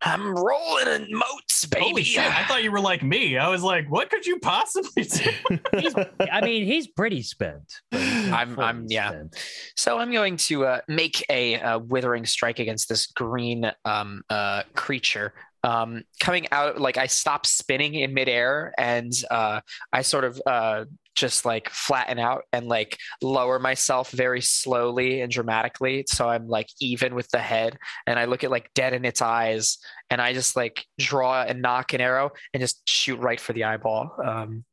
Speaker 3: I'm rolling in moats, baby.
Speaker 4: Holy shit! I thought you were like me. I was like, what could you possibly do?
Speaker 2: I mean, he's pretty spent. but he's not
Speaker 3: I'm- I'm-
Speaker 2: fully
Speaker 3: yeah.
Speaker 2: spent.
Speaker 3: So I'm going to uh, make a uh, withering strike against this green um, uh, creature. Um, coming out, like I stop spinning in midair, and uh, I sort of uh, just like flatten out and like lower myself very slowly and dramatically, so I'm like even with the head, and I look at like dead in its eyes, and I just like draw and knock an arrow and just shoot right for the eyeball. Um,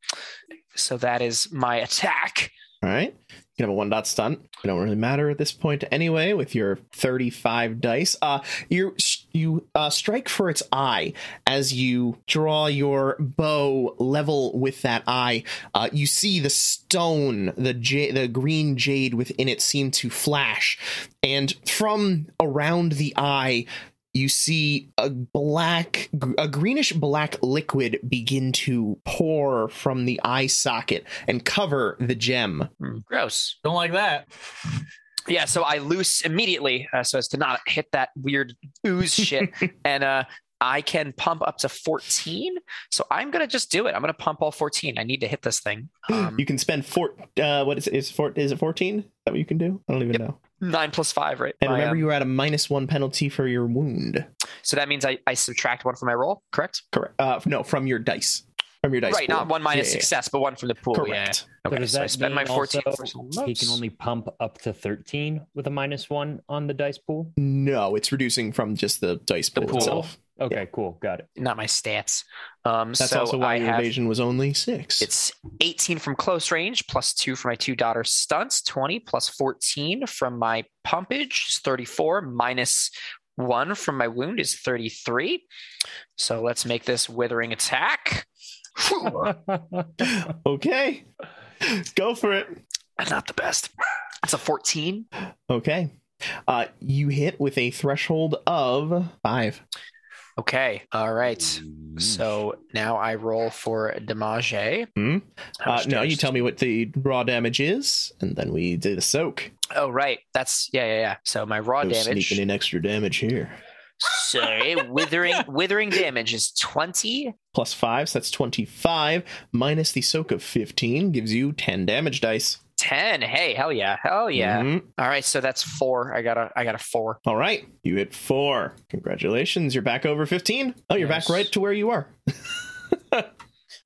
Speaker 3: so that is my attack.
Speaker 1: All right. You can have a one dot stun. It don't really matter at this point anyway with your 35 dice. Uh you you uh strike for its eye as you draw your bow level with that eye. Uh you see the stone, the ja- the green jade within it seem to flash and from around the eye you see a black a greenish black liquid begin to pour from the eye socket and cover the gem
Speaker 3: Hmm, Gross.
Speaker 4: Don't like that.
Speaker 3: yeah so i loose immediately uh, so as to not hit that weird ooze shit and uh i can pump up to 14 so i'm gonna just do it i'm gonna pump all 14 i need to hit this thing um,
Speaker 1: you can spend four. Uh, what is it? Is, four, is it fourteen? Is that what you can do? I don't even
Speaker 3: Yep.
Speaker 1: know.
Speaker 3: nine plus five right
Speaker 1: And
Speaker 3: My,
Speaker 1: remember,
Speaker 3: um,
Speaker 1: you were at a minus one penalty for your wound.
Speaker 3: so that means I, I subtract one from my roll correct
Speaker 1: Correct. Uh, no, from your dice. From your dice.
Speaker 3: right not
Speaker 1: pool.
Speaker 3: one minus
Speaker 1: Yeah, yeah, yeah.
Speaker 3: success but one from the pool yeah
Speaker 1: Correct.
Speaker 2: But
Speaker 3: okay
Speaker 2: does
Speaker 3: so i
Speaker 2: that
Speaker 3: spend my
Speaker 2: mean
Speaker 3: 14
Speaker 2: also
Speaker 3: for some
Speaker 2: He
Speaker 3: loaves.
Speaker 2: can only pump up to 13 with a minus one on the dice pool.
Speaker 1: No, it's reducing from just the dice
Speaker 3: The
Speaker 1: pool,
Speaker 3: pool.
Speaker 1: itself.
Speaker 2: Okay, cool. Got it.
Speaker 3: not my stats um
Speaker 1: That's
Speaker 3: so
Speaker 1: also why
Speaker 3: I
Speaker 1: your
Speaker 3: have,
Speaker 1: evasion was only six.
Speaker 3: It's 18 from close range, plus two for my two daughter stunts, 20 plus 14 from my pumpage is 34, minus one from my wound is 33. So let's make this withering attack. Whew,
Speaker 1: okay. Go for it.
Speaker 3: not the best. It's a 14.
Speaker 1: Okay. Uh, you hit with a threshold of five.
Speaker 3: Okay. All right. So now I roll for damage.
Speaker 1: Hmm?
Speaker 3: How
Speaker 1: Uh,
Speaker 3: much
Speaker 1: no,
Speaker 3: damage
Speaker 1: you
Speaker 3: does-
Speaker 1: tell me what the raw damage is, and then we do the soak.
Speaker 3: Oh, right. That's yeah, yeah, yeah. So my raw
Speaker 1: No
Speaker 3: damage.
Speaker 1: sneaking in extra damage here.
Speaker 3: Sorry, withering, withering damage is twenty.
Speaker 1: plus five, so that's 25, minus the soak of 15 gives you 10 damage dice.
Speaker 3: 10 hey hell yeah hell yeah
Speaker 1: Mhm.
Speaker 3: All right so that's four i got a i got a four
Speaker 1: All right, you hit four. Congratulations, you're back over 15. Oh, you're
Speaker 3: Yes.
Speaker 1: back right to where you are.
Speaker 3: all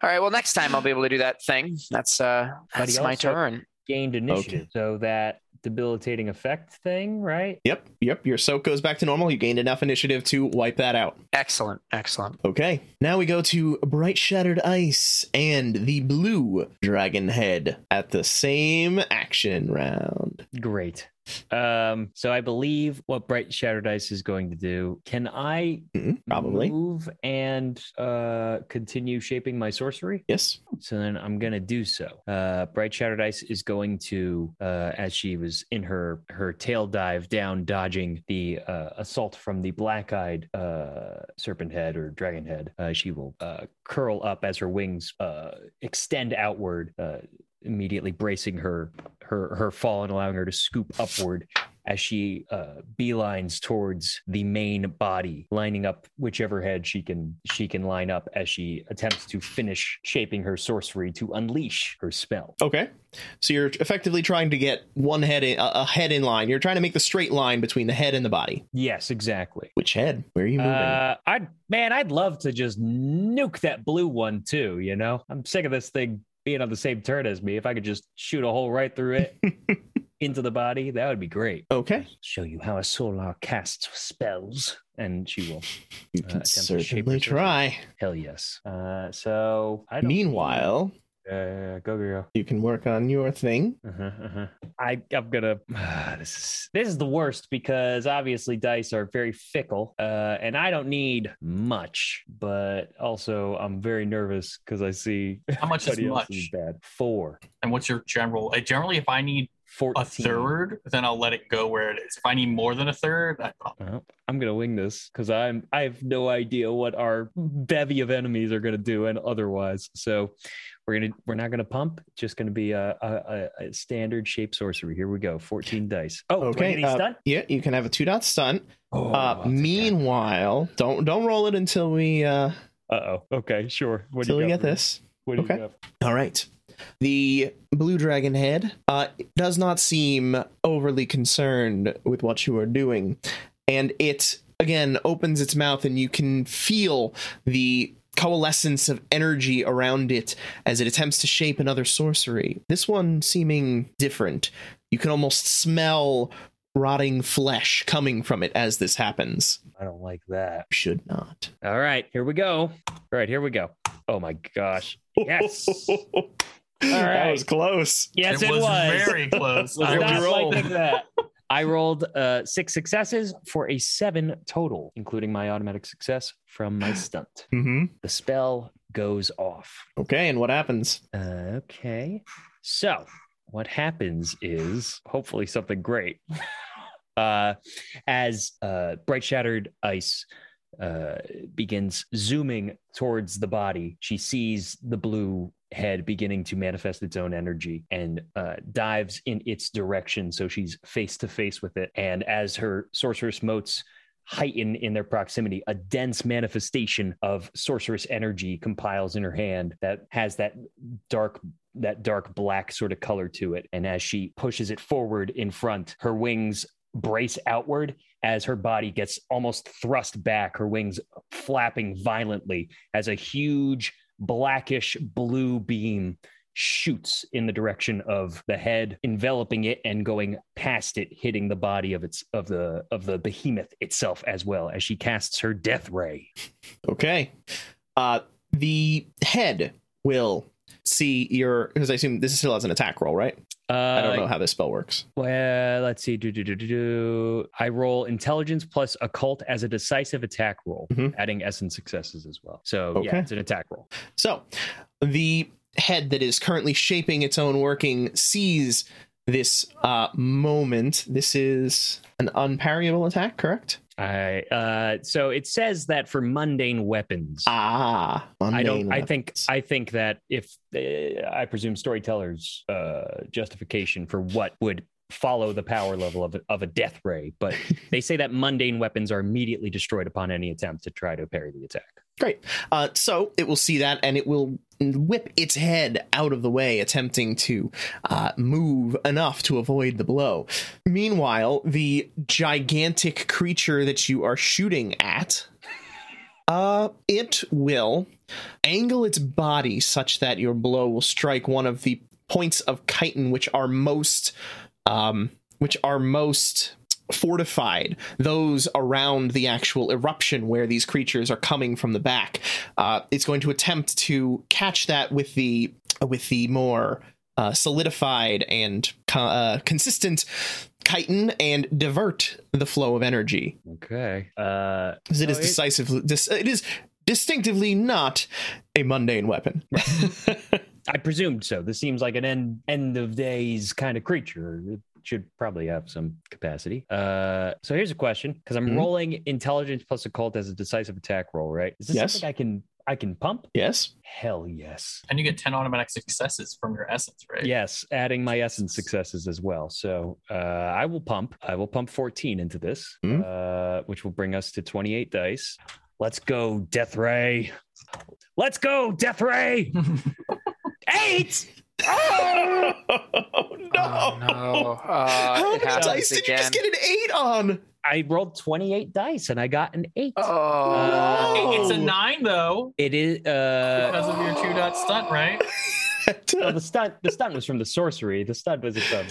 Speaker 3: right well next time i'll be able to do that thing that's uh
Speaker 2: But he
Speaker 3: that's my
Speaker 2: also-
Speaker 3: turn
Speaker 2: Gained initiative. So that debilitating effect thing, right?
Speaker 1: Yep, yep, your soak goes back to normal. You gained enough initiative to wipe that out.
Speaker 3: excellent excellent
Speaker 1: Okay, now we go to Bright Shattered Ice and the Blue Dragon Head at the same action round.
Speaker 2: Great. Um, so I believe what Bright Shattered Ice is going to do. Can I
Speaker 1: Mhm, probably.
Speaker 2: move and uh continue shaping my sorcery?
Speaker 1: Yes.
Speaker 2: So then I'm gonna do so. Uh, Bright Shattered Ice is going to, uh, as she was in her her tail dive down, dodging the uh, assault from the black eyed uh, serpent head or dragon head. Uh, she will uh, curl up as her wings uh, extend outward, uh, immediately bracing her her her fall and allowing her to scoop upward as she uh, beelines towards the main body, lining up whichever head she can she can line up as she attempts to finish shaping her sorcery to unleash her spell.
Speaker 1: Okay. So you're effectively trying to get one head in, a, a head in line. You're trying to make the straight line between the head and the body.
Speaker 2: Yes, exactly.
Speaker 1: Which head? Where are you moving?
Speaker 2: Uh, I man, I'd love to just nuke that blue one too. You know, I'm sick of this thing being on the same turn as me. If I could just shoot a hole right through it into the body, that would be great.
Speaker 1: okay.
Speaker 2: Show you how a solar casts spells, and she will.
Speaker 1: You can
Speaker 2: Uh, attempt to shape
Speaker 1: certainly
Speaker 2: yourself.
Speaker 1: try.
Speaker 2: Hell yes. Uh, so I don't
Speaker 1: Meanwhile,
Speaker 2: yeah, yeah. Go, girl.
Speaker 1: You can work on your thing.
Speaker 2: Uh-huh, uh-huh. I I'm gonna. this is this is the worst because obviously dice are very fickle, uh, and I don't need much, but also I'm very nervous because I see
Speaker 4: How much is
Speaker 2: somebody else
Speaker 4: much?
Speaker 2: bad. Four,
Speaker 4: And what's your general? uh, Generally, if I need a
Speaker 2: 14.
Speaker 4: third, then I'll let it go where it is. If I need more than a third, I, I'll-
Speaker 2: Well, I'm gonna wing this because I'm I have no idea what our bevy of enemies are gonna do and otherwise. So we're gonna we're not gonna pump. It's just gonna be a, a, a, a standard shape sorcery. Here we go. 14 dice. Oh,
Speaker 1: Okay,
Speaker 2: okay.
Speaker 1: uh, Yeah, you can have a two dot stunt.
Speaker 2: Oh,
Speaker 1: uh, meanwhile, don't don't roll it until we uh
Speaker 2: Uh oh. Okay, sure. What do
Speaker 1: until
Speaker 2: you
Speaker 1: we get
Speaker 2: got for me?
Speaker 1: this.
Speaker 2: What do
Speaker 1: Okay.
Speaker 2: you got?
Speaker 1: All right. The blue dragon head uh, does not seem overly concerned with what you are doing. And it, again, opens its mouth, and you can feel the coalescence of energy around it as it attempts to shape another sorcery. This one seeming different. You can almost smell rotting flesh coming from it as this happens.
Speaker 2: I don't like that.
Speaker 1: You should not.
Speaker 2: All right, here we go. All right, here we go. Oh my gosh. Yes.
Speaker 1: That
Speaker 2: right.
Speaker 1: was close.
Speaker 2: Yes, it, was.
Speaker 4: very close.
Speaker 2: Was
Speaker 4: I
Speaker 2: not
Speaker 4: was-
Speaker 2: like that. I rolled uh, six successes for a seven total, including my automatic success from my stunt.
Speaker 1: Mm-hmm.
Speaker 2: The spell goes off.
Speaker 1: Okay, and what happens?
Speaker 2: Okay. So what happens is hopefully something great. uh, as uh, bright shattered ice uh, begins zooming towards the body, she sees the blue head beginning to manifest its own energy and uh, dives in its direction. So she's face to face with it. And as her sorceress motes heighten in their proximity. A dense manifestation of sorceress energy compiles in her hand that has that dark that dark black sort of color to it. And as she pushes it forward in front, her wings brace outward as her body gets almost thrust back, her wings flapping violently as a huge blackish blue beam shoots in the direction of the head enveloping it and going past it hitting the body of its of the of the behemoth itself as well as she casts her death ray
Speaker 1: Okay. Uh, the head will see your because I assume this still has an attack roll, right?
Speaker 2: uh,
Speaker 1: I don't know how this spell works.
Speaker 2: Well, let's see. Do, do, do, do, do. I roll intelligence plus occult as a decisive attack roll,
Speaker 1: Mhm.
Speaker 2: adding essence successes as well. So
Speaker 1: Okay.
Speaker 2: yeah, it's an attack roll.
Speaker 1: So the head that is currently shaping its own working sees this uh, moment. This is an unparryable attack, correct?
Speaker 2: I uh, so it says that for mundane weapons.
Speaker 1: Ah,
Speaker 2: I don't.
Speaker 1: mundane
Speaker 2: I think.
Speaker 1: weapons.
Speaker 2: I think that if uh, I presume storytellers' uh, justification for what would follow the power level of a, of a death ray, but they say that mundane weapons are immediately destroyed upon any attempt to try to parry the attack.
Speaker 1: Uh, so it will see that and it will whip its head out of the way, attempting to uh, move enough to avoid the blow. Meanwhile, the gigantic creature that you are shooting at, uh, it will angle its body such that your blow will strike one of the points of chitin, which are most, um, which are most fortified those around the actual eruption where these creatures are coming from the back. Uh, it's going to attempt to catch that with the uh, with the more uh, solidified and co- uh, consistent chitin and divert the flow of energy
Speaker 2: Okay. Uh,
Speaker 1: 'Cause it is
Speaker 2: Oh, it-
Speaker 1: decisively dis- it is distinctively not a mundane weapon.
Speaker 2: I presumed so. This seems like an end end of days kind of creature. It should probably have some capacity. Uh, so here's a question because I'm
Speaker 1: Mhm.
Speaker 2: rolling intelligence plus occult as a decisive attack roll, right? Is this
Speaker 1: Yes.
Speaker 2: something I can I can pump?
Speaker 1: yes.
Speaker 2: Hell yes.
Speaker 4: and you get ten automatic successes from your essence, right?
Speaker 2: Yes, adding my essence successes as well. So uh, I will pump. I will pump 14 into this,
Speaker 1: Mhm.
Speaker 2: uh, which will bring us to 28 dice. Let's go, Death Ray. Let's go, Death Ray. Eight.
Speaker 1: oh no!
Speaker 3: Oh, no. Uh,
Speaker 1: How
Speaker 3: it
Speaker 1: many
Speaker 3: happens
Speaker 1: dice did
Speaker 3: again.
Speaker 1: you just get an eight on?
Speaker 2: I rolled 28 dice and I got an eight.
Speaker 3: Oh,
Speaker 1: No.
Speaker 4: It's a nine though,
Speaker 2: It is uh,
Speaker 4: because of your two dot stunt, right?
Speaker 2: well, the stunt. The stunt was um, from the sorcery. The stunt was a sub.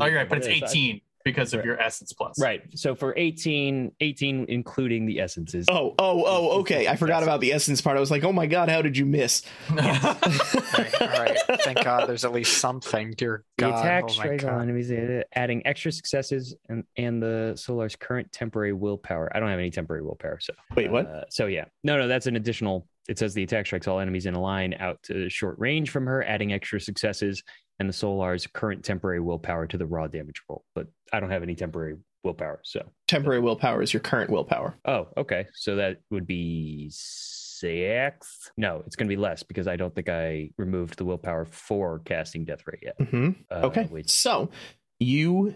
Speaker 4: Oh, you're right, but it's eighteen. because of
Speaker 2: Right.
Speaker 4: your essence plus.
Speaker 2: Right. So for 18, 18 including the essences.
Speaker 1: Oh, oh, oh, okay. I forgot about the essence part. I was like, oh my god, how did you miss?
Speaker 3: All right. Thank God there's at least something. Dear
Speaker 2: The
Speaker 3: God.
Speaker 2: attack
Speaker 3: oh my
Speaker 2: strikes all
Speaker 3: God.
Speaker 2: enemies, uh, adding extra successes and, and the Solar's current temporary willpower. I don't have any temporary willpower, so
Speaker 1: Wait, what?
Speaker 2: Uh, so yeah, no, no, that's an additional. It says the attack strikes all enemies in a line out to short range from her, adding extra successes and the Solar's current temporary willpower to the raw damage roll. But I don't have any temporary willpower, so
Speaker 1: Temporary willpower is your current willpower.
Speaker 2: oh, okay, so that would be six. No, it's going to be less because I don't think I removed the willpower for casting Death Ray yet.
Speaker 1: hmm
Speaker 2: Uh,
Speaker 1: Okay,
Speaker 2: which,
Speaker 1: so you,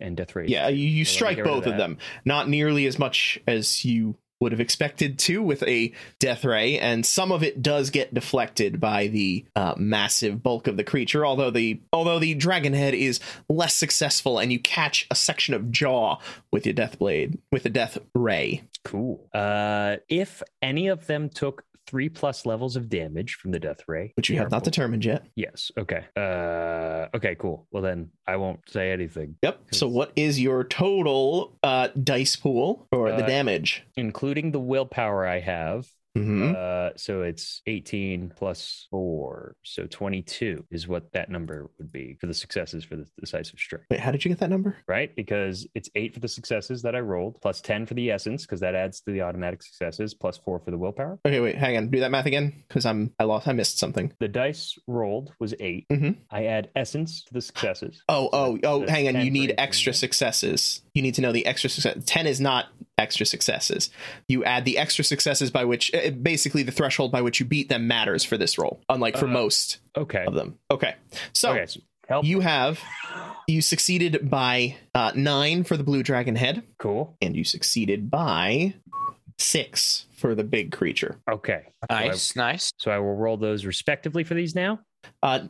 Speaker 2: and Death Ray.
Speaker 1: yeah, you, you
Speaker 2: So let me
Speaker 1: strike
Speaker 2: get rid of
Speaker 1: both of
Speaker 2: that.
Speaker 1: them. Not nearly as much as you would have expected to with a death ray, and some of it does get deflected by the uh, massive bulk of the creature. Although the although the dragon head is less successful, and you catch a section of jaw with your death blade with a death ray.
Speaker 2: Cool. Uh, if any of them took three plus levels of damage from the death ray,
Speaker 1: which you have not
Speaker 2: terrible.
Speaker 1: determined yet.
Speaker 2: Yes. Okay. Uh, okay. Cool. Well, then I won't say anything,
Speaker 1: Yep. So
Speaker 2: Yes.
Speaker 1: what is your total uh, dice pool for the
Speaker 2: Uh,
Speaker 1: damage?
Speaker 2: including the willpower I have.
Speaker 1: hmm
Speaker 2: Uh, so it's eighteen plus four, so twenty-two is what that number would be for the successes for the decisive strike.
Speaker 1: Wait, how did you get that number?
Speaker 2: Right, because it's eight for the successes that I rolled, plus ten for the essence, because that adds to the automatic successes, plus four for the willpower.
Speaker 1: Okay, wait, hang on. Do that math again, because I'm I lost, I missed something.
Speaker 2: The dice rolled was 8
Speaker 1: Mhm.
Speaker 2: I add essence to the successes.
Speaker 1: Oh, oh, oh,
Speaker 2: That's
Speaker 1: hang on.
Speaker 2: 10
Speaker 1: You
Speaker 2: for
Speaker 1: need
Speaker 2: each
Speaker 1: extra
Speaker 2: one.
Speaker 1: successes. You need to know the extra success. Ten is not extra successes. You add the extra successes by which uh, basically the threshold by which you beat them matters for this roll, unlike for
Speaker 2: Uh,
Speaker 1: most
Speaker 2: Okay.
Speaker 1: of them. Okay, so
Speaker 2: Okay. So help.
Speaker 1: you have you succeeded by uh, nine for the blue dragon head.
Speaker 2: cool.
Speaker 1: and you succeeded by six for the big creature.
Speaker 2: Okay.
Speaker 3: Nice, nice.
Speaker 2: So I will roll those respectively for these now.
Speaker 1: Uh,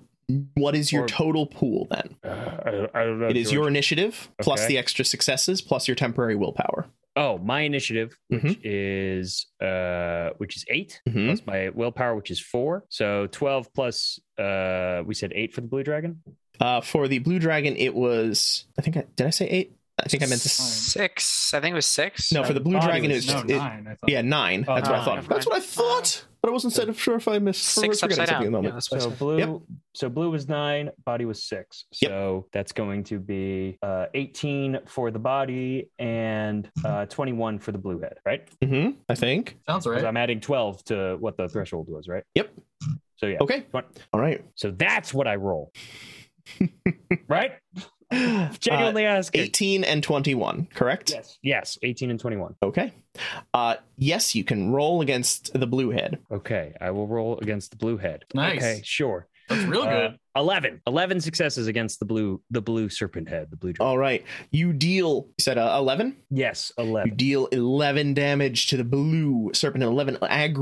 Speaker 1: what is your
Speaker 2: Or-
Speaker 1: total pool then?
Speaker 2: Uh, I, don't- I don't know.
Speaker 1: It is your
Speaker 2: George.
Speaker 1: initiative plus
Speaker 2: Okay.
Speaker 1: the extra successes plus your temporary willpower.
Speaker 2: oh my initiative, which
Speaker 1: Mhm.
Speaker 2: is uh which is 8
Speaker 1: Mhm.
Speaker 2: plus my willpower, which is four. So twelve plus uh we said eight for the blue dragon.
Speaker 1: Uh, for the blue dragon, it was I think I did I say eight? I think I meant to. s-
Speaker 3: Six. I think it was six.
Speaker 1: No, for the blue
Speaker 2: Body
Speaker 1: dragon, it was
Speaker 2: was-
Speaker 4: no,
Speaker 1: just, it-
Speaker 4: nine. I thought.
Speaker 1: yeah nine.
Speaker 2: Oh,
Speaker 1: That's what I
Speaker 3: nine.
Speaker 1: thought.
Speaker 3: Okay.
Speaker 1: That's what I thought, but I wasn't so sure if I missed
Speaker 3: Six
Speaker 1: forgetting
Speaker 3: upside
Speaker 1: something at the
Speaker 3: down. Yeah,
Speaker 1: moment.
Speaker 3: that's what I
Speaker 2: So
Speaker 3: said.
Speaker 2: blue so blue was nine, body was six.
Speaker 1: Yep.
Speaker 2: So that's going to be uh 18 for the body and uh 21 for the blue head, right?
Speaker 1: hmm I think.
Speaker 4: Sounds
Speaker 2: Because
Speaker 4: right.
Speaker 2: I'm adding 12 to what the threshold was, right?
Speaker 1: Yep.
Speaker 2: So yeah.
Speaker 1: Okay.
Speaker 2: What-
Speaker 1: All right.
Speaker 2: So that's what I roll. right?
Speaker 1: Uh,
Speaker 2: Genuinely asking.
Speaker 1: Eighteen and twenty-one, correct?
Speaker 2: Yes. Yes. 18 and 21.
Speaker 1: Okay. Uh, yes, you can roll against the blue head.
Speaker 2: Okay. I will roll against the blue head.
Speaker 4: Nice.
Speaker 2: Okay. Sure.
Speaker 4: That's real
Speaker 2: Uh,
Speaker 4: good.
Speaker 2: 11. 11 successes against the blue, the blue serpent head, the blue dragon.
Speaker 1: All right. You deal, you said uh, 11?
Speaker 2: Yes.
Speaker 1: You
Speaker 2: 11.
Speaker 1: deal 11 damage to the blue serpent, and 11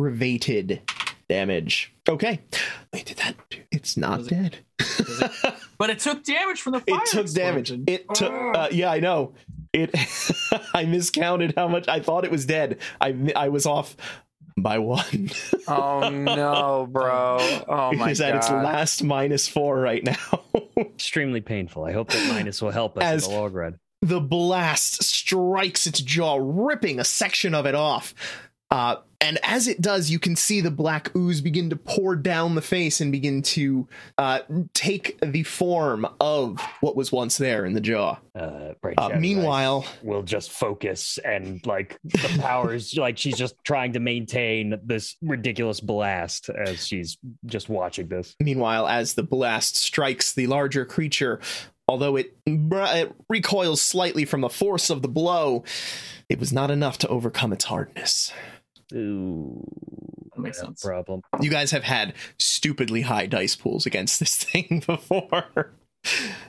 Speaker 1: aggravated damage. Okay. Wait, did that? It's not
Speaker 4: Does it-
Speaker 1: dead.
Speaker 4: does it- but it took damage from the fire.
Speaker 1: It took damage.
Speaker 4: explosion.
Speaker 1: It took.
Speaker 4: Ah.
Speaker 1: Uh, yeah, I know. It. I miscounted how much I thought it was dead. I I was off by one.
Speaker 3: Oh no, bro. Oh
Speaker 1: it
Speaker 3: my
Speaker 1: is at its
Speaker 3: God.
Speaker 1: last minus four right now.
Speaker 2: Extremely painful. I hope that minus will help us
Speaker 1: As-
Speaker 2: in the long run.
Speaker 1: The blast strikes its jaw, ripping a section of it off. Uh, and as it does, you can see the black ooze begin to pour down the face and begin to uh, take the form of what was once there in the jaw.
Speaker 2: Uh, right.
Speaker 1: Uh,
Speaker 2: Shadow Eyes
Speaker 1: meanwhile,
Speaker 2: will just focus and like the powers, like she's just trying to maintain this ridiculous blast as she's just watching this.
Speaker 1: meanwhile, as the blast strikes the larger creature, although it, it recoils slightly from the force of the blow, it was not enough to overcome its hardness.
Speaker 2: Ooh.
Speaker 4: That makes
Speaker 2: yeah,
Speaker 4: sense.
Speaker 2: Problem.
Speaker 1: You guys have had stupidly high dice pools against this thing before.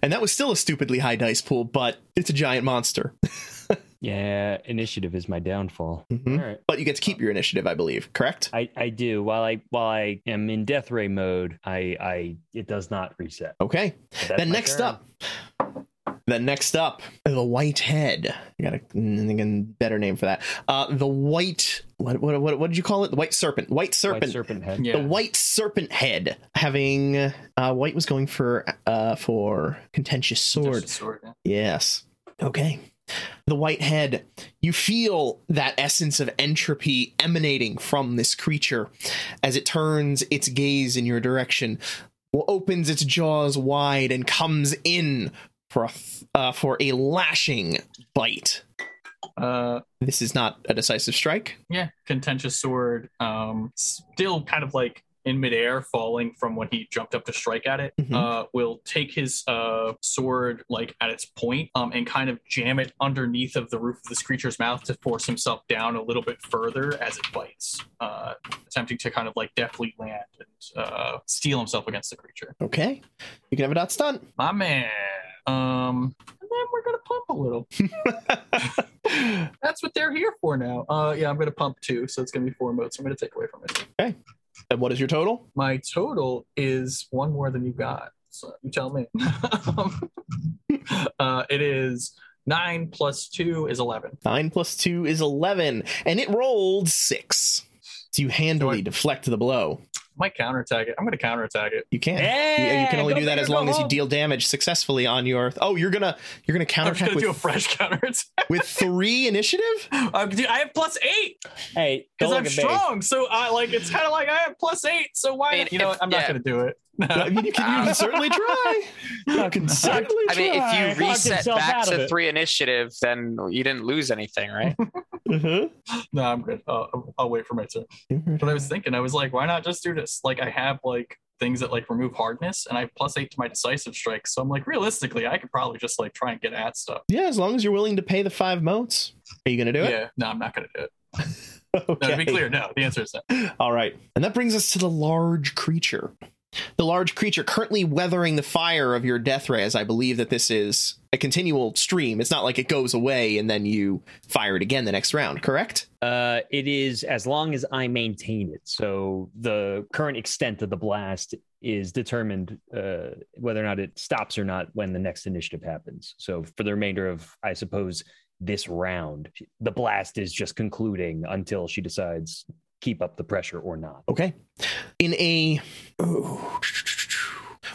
Speaker 1: And that was still a stupidly high dice pool, but it's a giant monster.
Speaker 2: Yeah, initiative is my downfall.
Speaker 1: Mhm.
Speaker 2: right.
Speaker 1: But you get to keep your initiative, I believe, correct?
Speaker 2: I, I do. While I while I am in death ray mode, I I it does not reset.
Speaker 1: Okay.
Speaker 2: But that's
Speaker 1: Then
Speaker 2: my
Speaker 1: next
Speaker 2: turn.
Speaker 1: up. Then next up, the white head. I got a, n- n- n- better name for that. Uh, the white what what what, what did you call it? The white serpent. White serpent.
Speaker 2: White serpent head.
Speaker 4: Yeah.
Speaker 1: The white serpent head having uh, white was going for uh, for contentious sword.
Speaker 4: Just sword, yeah.
Speaker 1: Yes. Okay. The white head. You feel that essence of entropy emanating from this creature as it turns its gaze in your direction, w- opens its jaws wide, and comes in for a, th- uh, for a lashing bite.
Speaker 4: Uh,
Speaker 1: This is not a decisive strike.
Speaker 4: yeah, contentious sword. Um, still kind of like in midair, falling from when he jumped up to strike at it.
Speaker 1: Mhm.
Speaker 4: Uh, will take his uh sword like at its point, um, and kind of jam it underneath of the roof of this creature's mouth to force himself down a little bit further as it bites, uh, attempting to kind of like deftly land and uh steel himself against the creature.
Speaker 1: Okay. You can have a dot stunt.
Speaker 4: My man. Um, and then we're gonna pump a little. That's what they're here for now. Uh, yeah, I'm gonna pump two, so it's gonna be four modes. I'm gonna take away from it.
Speaker 1: and what is your total?
Speaker 4: My total is one more than you got. So you tell me. uh, it is nine plus two is eleven.
Speaker 1: Nine plus two is 11, and it rolled six. So you handily
Speaker 4: Sure.
Speaker 1: deflect the blow.
Speaker 4: My counterattack it. I'm gonna counterattack it.
Speaker 1: You can.
Speaker 2: Yeah,
Speaker 1: Yeah, you can only
Speaker 2: go
Speaker 1: do that
Speaker 2: big or
Speaker 1: as
Speaker 2: go
Speaker 1: long as you
Speaker 2: home.
Speaker 1: deal damage successfully on your. Oh, you're gonna you're gonna
Speaker 4: I'm just
Speaker 1: counterattack
Speaker 4: gonna do a
Speaker 1: with,
Speaker 4: fresh counterattack.
Speaker 1: with three initiative.
Speaker 4: Uh, dude, I have plus eight
Speaker 2: Hey, don't
Speaker 4: because
Speaker 2: look
Speaker 4: I'm
Speaker 2: at
Speaker 4: strong. So I like it's kind of like I have plus eight. So why?
Speaker 3: I mean,
Speaker 4: you know,
Speaker 3: if-
Speaker 4: what? I'm not
Speaker 3: yeah.
Speaker 4: gonna do it.
Speaker 1: I mean, you can, you can certainly try. You can certainly
Speaker 3: I mean,
Speaker 1: try.
Speaker 3: if you
Speaker 2: Talked
Speaker 3: reset
Speaker 2: himself
Speaker 3: back
Speaker 2: out of
Speaker 3: to
Speaker 2: it.
Speaker 3: three initiative, then you didn't lose anything, right?
Speaker 1: Uh-huh.
Speaker 4: No, I'm good. Uh, I'll- I'll wait for my turn. But I was thinking, I was like, why not just do this? Like, I have like things that like remove hardness, and I have plus eight to my decisive strike. So I'm like, realistically, I could probably just like try and get at stuff.
Speaker 1: Yeah, as long as you're willing to pay the five motes. Are you gonna do it?
Speaker 4: Yeah. No, I'm not gonna do it. No,
Speaker 1: Okay.
Speaker 4: to be clear, no. The answer is no.
Speaker 1: All right. And that brings us to the large creature. The large creature currently weathering the fire of your death ray, as I believe that this is a continual stream. It's not like it goes away and then you fire it again the next round, correct?
Speaker 2: it. Uh, it is as long as I maintain it. So the current extent of the blast is determined uh, whether or not it stops or not when the next initiative happens. So for the remainder of, I suppose, this round, the blast is just concluding until she decides keep up the pressure or not.
Speaker 1: Okay. In a. oh.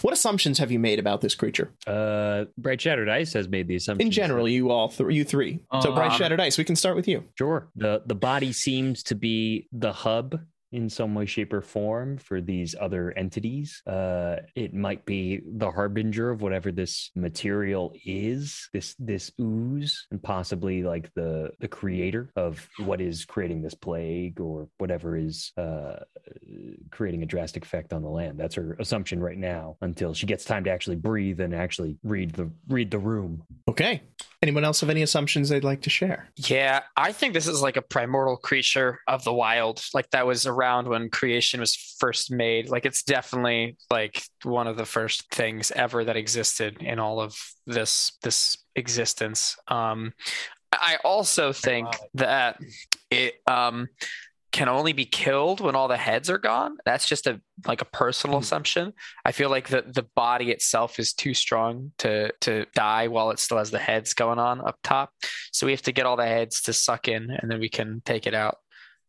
Speaker 1: What assumptions have you made about this creature?
Speaker 2: Uh, Bright Shattered Ice has made the assumption.
Speaker 1: In general, you all, th- you three. So, Bright
Speaker 4: Um,
Speaker 1: Shattered Ice, we can start with you.
Speaker 2: Sure. The the body seems to be the hub in some way, shape, or form for these other entities. Uh, it might be the harbinger of whatever this material is, this this ooze, and possibly like the the creator of what is creating this plague or whatever is uh, creating a drastic effect on the land. That's her assumption right now until she gets time to actually breathe and actually read the read the room.
Speaker 1: Okay. Anyone else have any assumptions they'd like to share?
Speaker 3: Yeah, I think this is like a primordial creature of the wild, like that was around when creation was first made. Like it's definitely like one of the first things ever that existed in all of this this existence. Um I also think that it um can only be killed when all the heads are gone. That's just a like a personal assumption. I feel like the the body itself is too strong to to die while it still has the heads going on up top. So we have to get all the heads to suck in, and then we can take it out.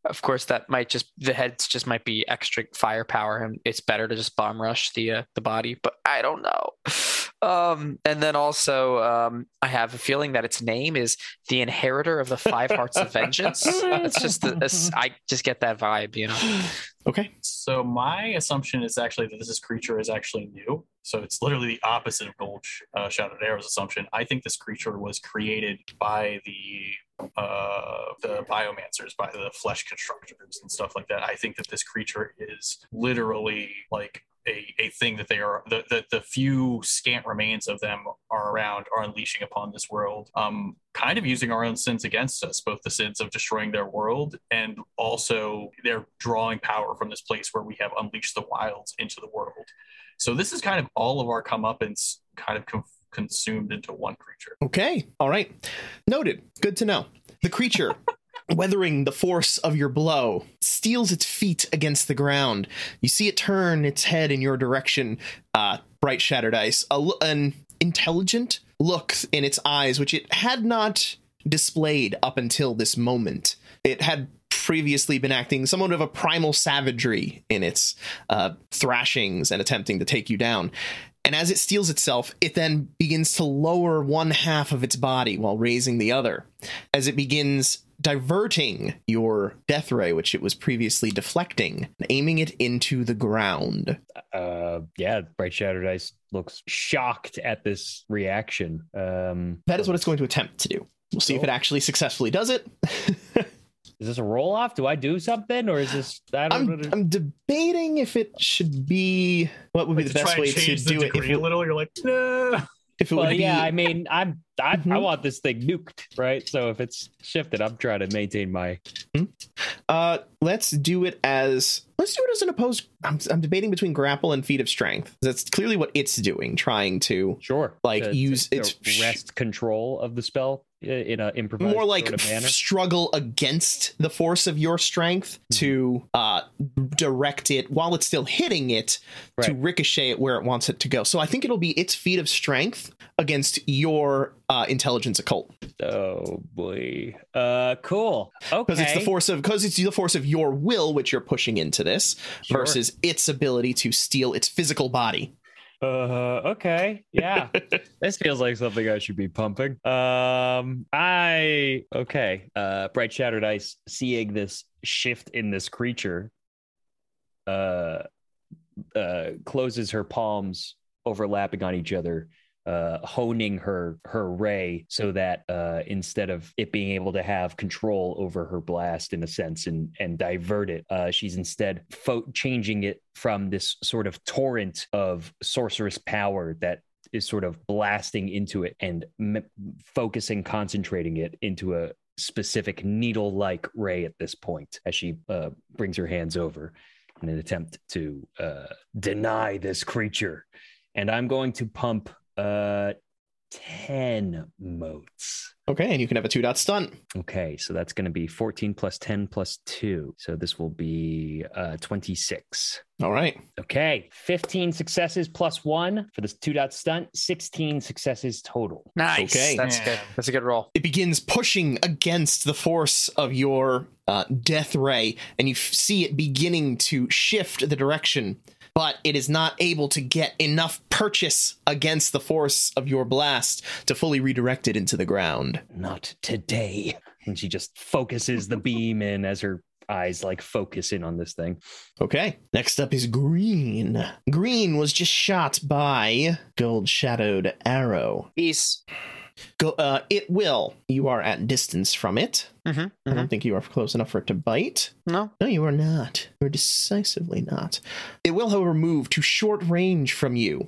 Speaker 3: Of course, that might just the heads just might be extra firepower, and it's better to just bomb rush the uh, the body. But I don't know. Um, and then also, um, I have a feeling that its name is the Inheritor of the Five Hearts of Vengeance. It's just a- a s- I just get that vibe, you know.
Speaker 1: Okay.
Speaker 4: So my assumption is actually that this is creature is actually new. So it's literally the opposite of Gold Sh- uh, Shadowed Arrow's assumption. I think this creature was created by the uh, the biomancers, by the flesh constructors and stuff like that. I think that this creature is literally like. A, a thing that they are the, the the few scant remains of them are around are unleashing upon this world um kind of using our own sins against us both the sins of destroying their world and also they're drawing power from this place where we have unleashed the wilds into the world so this is kind of all of our comeuppance kind of con- consumed into one creature
Speaker 1: Okay. All right. Noted. Good to know. The creature, weathering the force of your blow, steels its feet against the ground. You see it turn its head in your direction. Uh, bright shattered ice. A l- an intelligent look in its eyes, which it had not displayed up until this moment. It had previously been acting somewhat of a primal savagery in its uh, thrashings and attempting to take you down. And as it steals itself, it then begins to lower one half of its body while raising the other. As it begins diverting your death ray, which it was previously deflecting, and aiming it into the ground.
Speaker 2: Uh, yeah, Bright Shattered Ice looks shocked at this reaction. Um,
Speaker 1: That is what it's going to attempt to do. We'll see if it
Speaker 2: Cool.
Speaker 1: actually successfully does it.
Speaker 2: Is this a roll off? Do I do something, or is this? I don't
Speaker 1: I'm,
Speaker 2: know.
Speaker 1: I'm debating if it should be what would be
Speaker 4: Like,
Speaker 1: the
Speaker 4: to
Speaker 1: best
Speaker 4: try
Speaker 1: way
Speaker 4: and
Speaker 1: to
Speaker 4: change the
Speaker 1: do it. If
Speaker 4: degree a
Speaker 1: it,
Speaker 4: little, you're like, no.
Speaker 1: if it
Speaker 2: well,
Speaker 1: would
Speaker 2: yeah, I
Speaker 1: be,
Speaker 2: mean, I'm I, I
Speaker 1: Mhm.
Speaker 2: want this thing nuked, right? So if it's shifted, I'm trying to maintain my.
Speaker 1: uh, let's do it as let's do it as an opposed. I'm, I'm debating between grapple and feat of strength. That's clearly what it's doing, trying to
Speaker 2: Sure.
Speaker 1: Like,
Speaker 2: to-
Speaker 1: use
Speaker 2: to- to
Speaker 1: its-
Speaker 2: rest control of the spell i- in a improvised
Speaker 1: more like
Speaker 2: sort of manner.
Speaker 1: struggle against the force of your strength
Speaker 2: Mm-hmm.
Speaker 1: to uh, direct it while it's still hitting it to
Speaker 2: Right.
Speaker 1: ricochet it where it wants it to go. So I think it'll be its feat of strength against your uh, intelligence occult
Speaker 2: Oh boy. Uh, cool. Okay.
Speaker 1: because it's the force of because it's the force of your will which you're pushing into this
Speaker 2: Sure.
Speaker 1: versus its ability to steal its physical body.
Speaker 2: Uh, okay. Yeah. this feels like something I should be pumping. Um, I okay. Uh, bright shattered ice. Seeing this shift in this creature, uh, uh, closes her palms overlapping on each other. Uh, honing her her ray so that uh, instead of it being able to have control over her blast in a sense and and divert it, uh, she's instead fo- changing it from this sort of torrent of sorcerous power that is sort of blasting into it and m- focusing, concentrating it into a specific needle like ray at this point as she uh, brings her hands over in an attempt to uh, deny this creature. And I'm going to pump uh, 10 motes.
Speaker 1: Okay, and you can have a two dot stunt.
Speaker 2: Okay, so that's going to be 14 plus 10 plus 2. So this will be uh, 26.
Speaker 1: All right,
Speaker 2: Okay, 15 successes plus one for this two dot stunt, 16 successes total.
Speaker 3: Nice.
Speaker 1: Okay.
Speaker 3: That's
Speaker 4: Yeah.
Speaker 3: good. That's a good roll.
Speaker 1: it begins pushing against the force of your uh, death ray, and you f- see it beginning to shift the direction. But it is not able to get enough purchase against the force of your blast to fully redirect it into the ground.
Speaker 2: Not today. And she just focuses the beam in as her eyes like focus in on this thing.
Speaker 1: Okay. Next up is Green. Green was just shot by Gold Shadowed Arrow.
Speaker 3: Peace.
Speaker 1: Go, uh, it will. You are at distance from it.
Speaker 3: Mhm,
Speaker 1: I don't think you are close enough for it to bite.
Speaker 3: No.
Speaker 1: No, you are not. You are decisively not. It will, however, move to short range from you.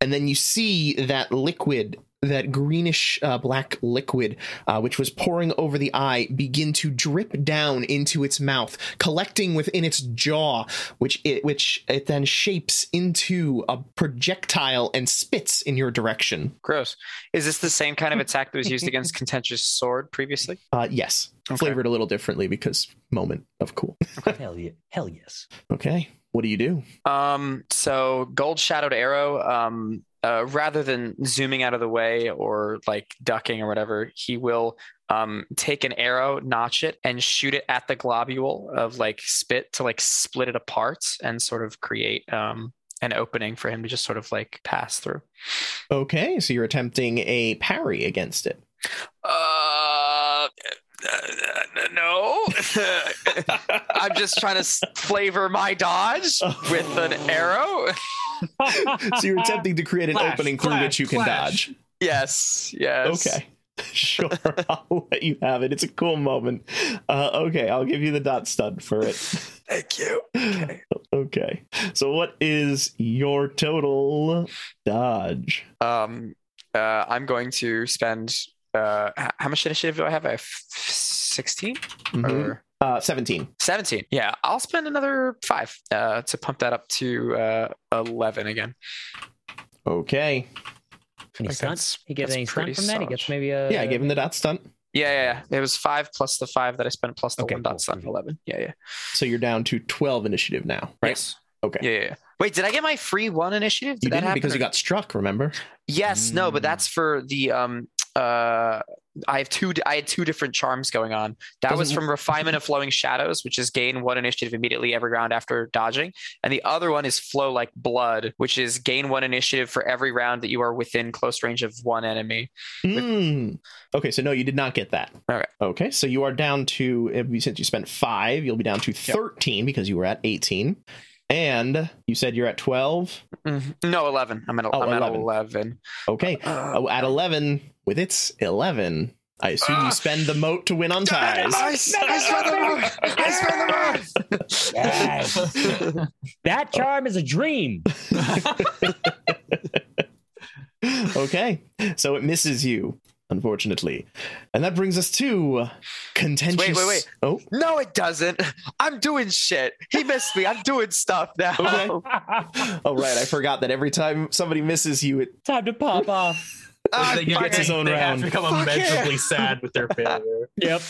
Speaker 1: And then you see that liquid, that greenish uh, black liquid, uh, which was pouring over the eye, begin to drip down into its mouth, collecting within its jaw, which it, which it then shapes into a projectile and spits in your direction.
Speaker 3: Gross. Is this the same kind of attack that was used against contentious sword previously?
Speaker 1: Uh, yes,
Speaker 3: Okay.
Speaker 1: flavored a little differently because moment of cool.
Speaker 2: hell, yeah, hell yes.
Speaker 1: Okay, what do you do?
Speaker 3: Um, so gold shadowed arrow. Um, uh, rather than zooming out of the way or like ducking or whatever, he will um take an arrow, notch it, and shoot it at the globule of like spit to like split it apart and sort of create um an opening for him to just sort of like pass through.
Speaker 1: Okay, so you're attempting a parry against it.
Speaker 3: Uh, no. I'm just trying to s- flavor my dodge with an arrow.
Speaker 1: so you're attempting to create an
Speaker 4: Flash,
Speaker 1: opening through
Speaker 4: flash,
Speaker 1: which you can
Speaker 4: flash.
Speaker 1: dodge.
Speaker 3: Yes. Yes.
Speaker 1: Okay. Sure, I'll let you have it. It's a cool moment. Uh, okay, I'll give you the dot stud for it.
Speaker 3: Thank you. Okay.
Speaker 1: okay, so what is your total dodge?
Speaker 3: Um, uh, I'm going to spend. Uh, h- how much initiative do I have? I have 16
Speaker 1: Mhm.
Speaker 3: or
Speaker 1: Uh, 17.
Speaker 3: 17. Yeah, I'll spend another five uh, to pump that up to uh, 11 again.
Speaker 1: Okay.
Speaker 2: Any
Speaker 3: Like,
Speaker 2: stunts?
Speaker 3: that's-
Speaker 2: He gets
Speaker 3: that's
Speaker 2: any stunt
Speaker 3: pretty
Speaker 2: from that? He gets
Speaker 3: staunch.
Speaker 2: maybe a.
Speaker 1: Yeah, I gave him the dot stunt.
Speaker 3: Yeah, yeah, yeah. It was five plus the five that I spent plus the
Speaker 2: Okay,
Speaker 3: one dot
Speaker 2: cool.
Speaker 3: seven eleven. Yeah, yeah.
Speaker 1: So you're down to 12 initiative now, right?
Speaker 3: Yes.
Speaker 1: Okay.
Speaker 3: Yeah, yeah, yeah. Wait, did I get my free one initiative? Did
Speaker 1: you Mm.
Speaker 3: that
Speaker 1: didn't
Speaker 3: happen?
Speaker 1: because
Speaker 3: or-
Speaker 1: you got struck, remember?
Speaker 3: Yes, no, but
Speaker 2: Mm.
Speaker 3: that's for the um uh I have two. I had two different charms going on. That was
Speaker 1: Doesn't-
Speaker 3: from refinement of flowing shadows, which is gain one initiative immediately every round after dodging, and the other one is flow like blood, which is gain one initiative for every round that you are within close range of one enemy.
Speaker 1: Mm. Okay, so no, you did not get that.
Speaker 3: Okay.
Speaker 1: Okay, so you are down to if you- since you spent five, you'll be down to thirteen because you were at eighteen, and you said you're at twelve.
Speaker 3: Mhm. No, eleven. I'm at.
Speaker 1: Oh,
Speaker 3: I'm
Speaker 1: 11.
Speaker 3: at eleven.
Speaker 1: Okay,
Speaker 3: Uh,
Speaker 1: oh, at eleven with its eleven, I assume
Speaker 3: Ah.
Speaker 1: you spend the moat to win on ties.
Speaker 3: I, s- I swear the Lord. I swear the Lord.
Speaker 2: Yes. that charm is a dream.
Speaker 3: Ah.
Speaker 1: okay, so it misses you, unfortunately, and that brings us to contentious.
Speaker 3: wait.
Speaker 1: Oh,
Speaker 3: No, it doesn't. I'm doing shit. He missed me. I'm doing stuff now.
Speaker 1: Okay. oh, right. I forgot that every time somebody misses you, it
Speaker 2: Time to pop off.
Speaker 3: Ah,
Speaker 4: they get-
Speaker 1: gets his
Speaker 4: they-
Speaker 1: own
Speaker 4: they
Speaker 1: round.
Speaker 4: have become
Speaker 3: Fuck yeah.
Speaker 4: immeasurably sad with their failure.
Speaker 2: Yep.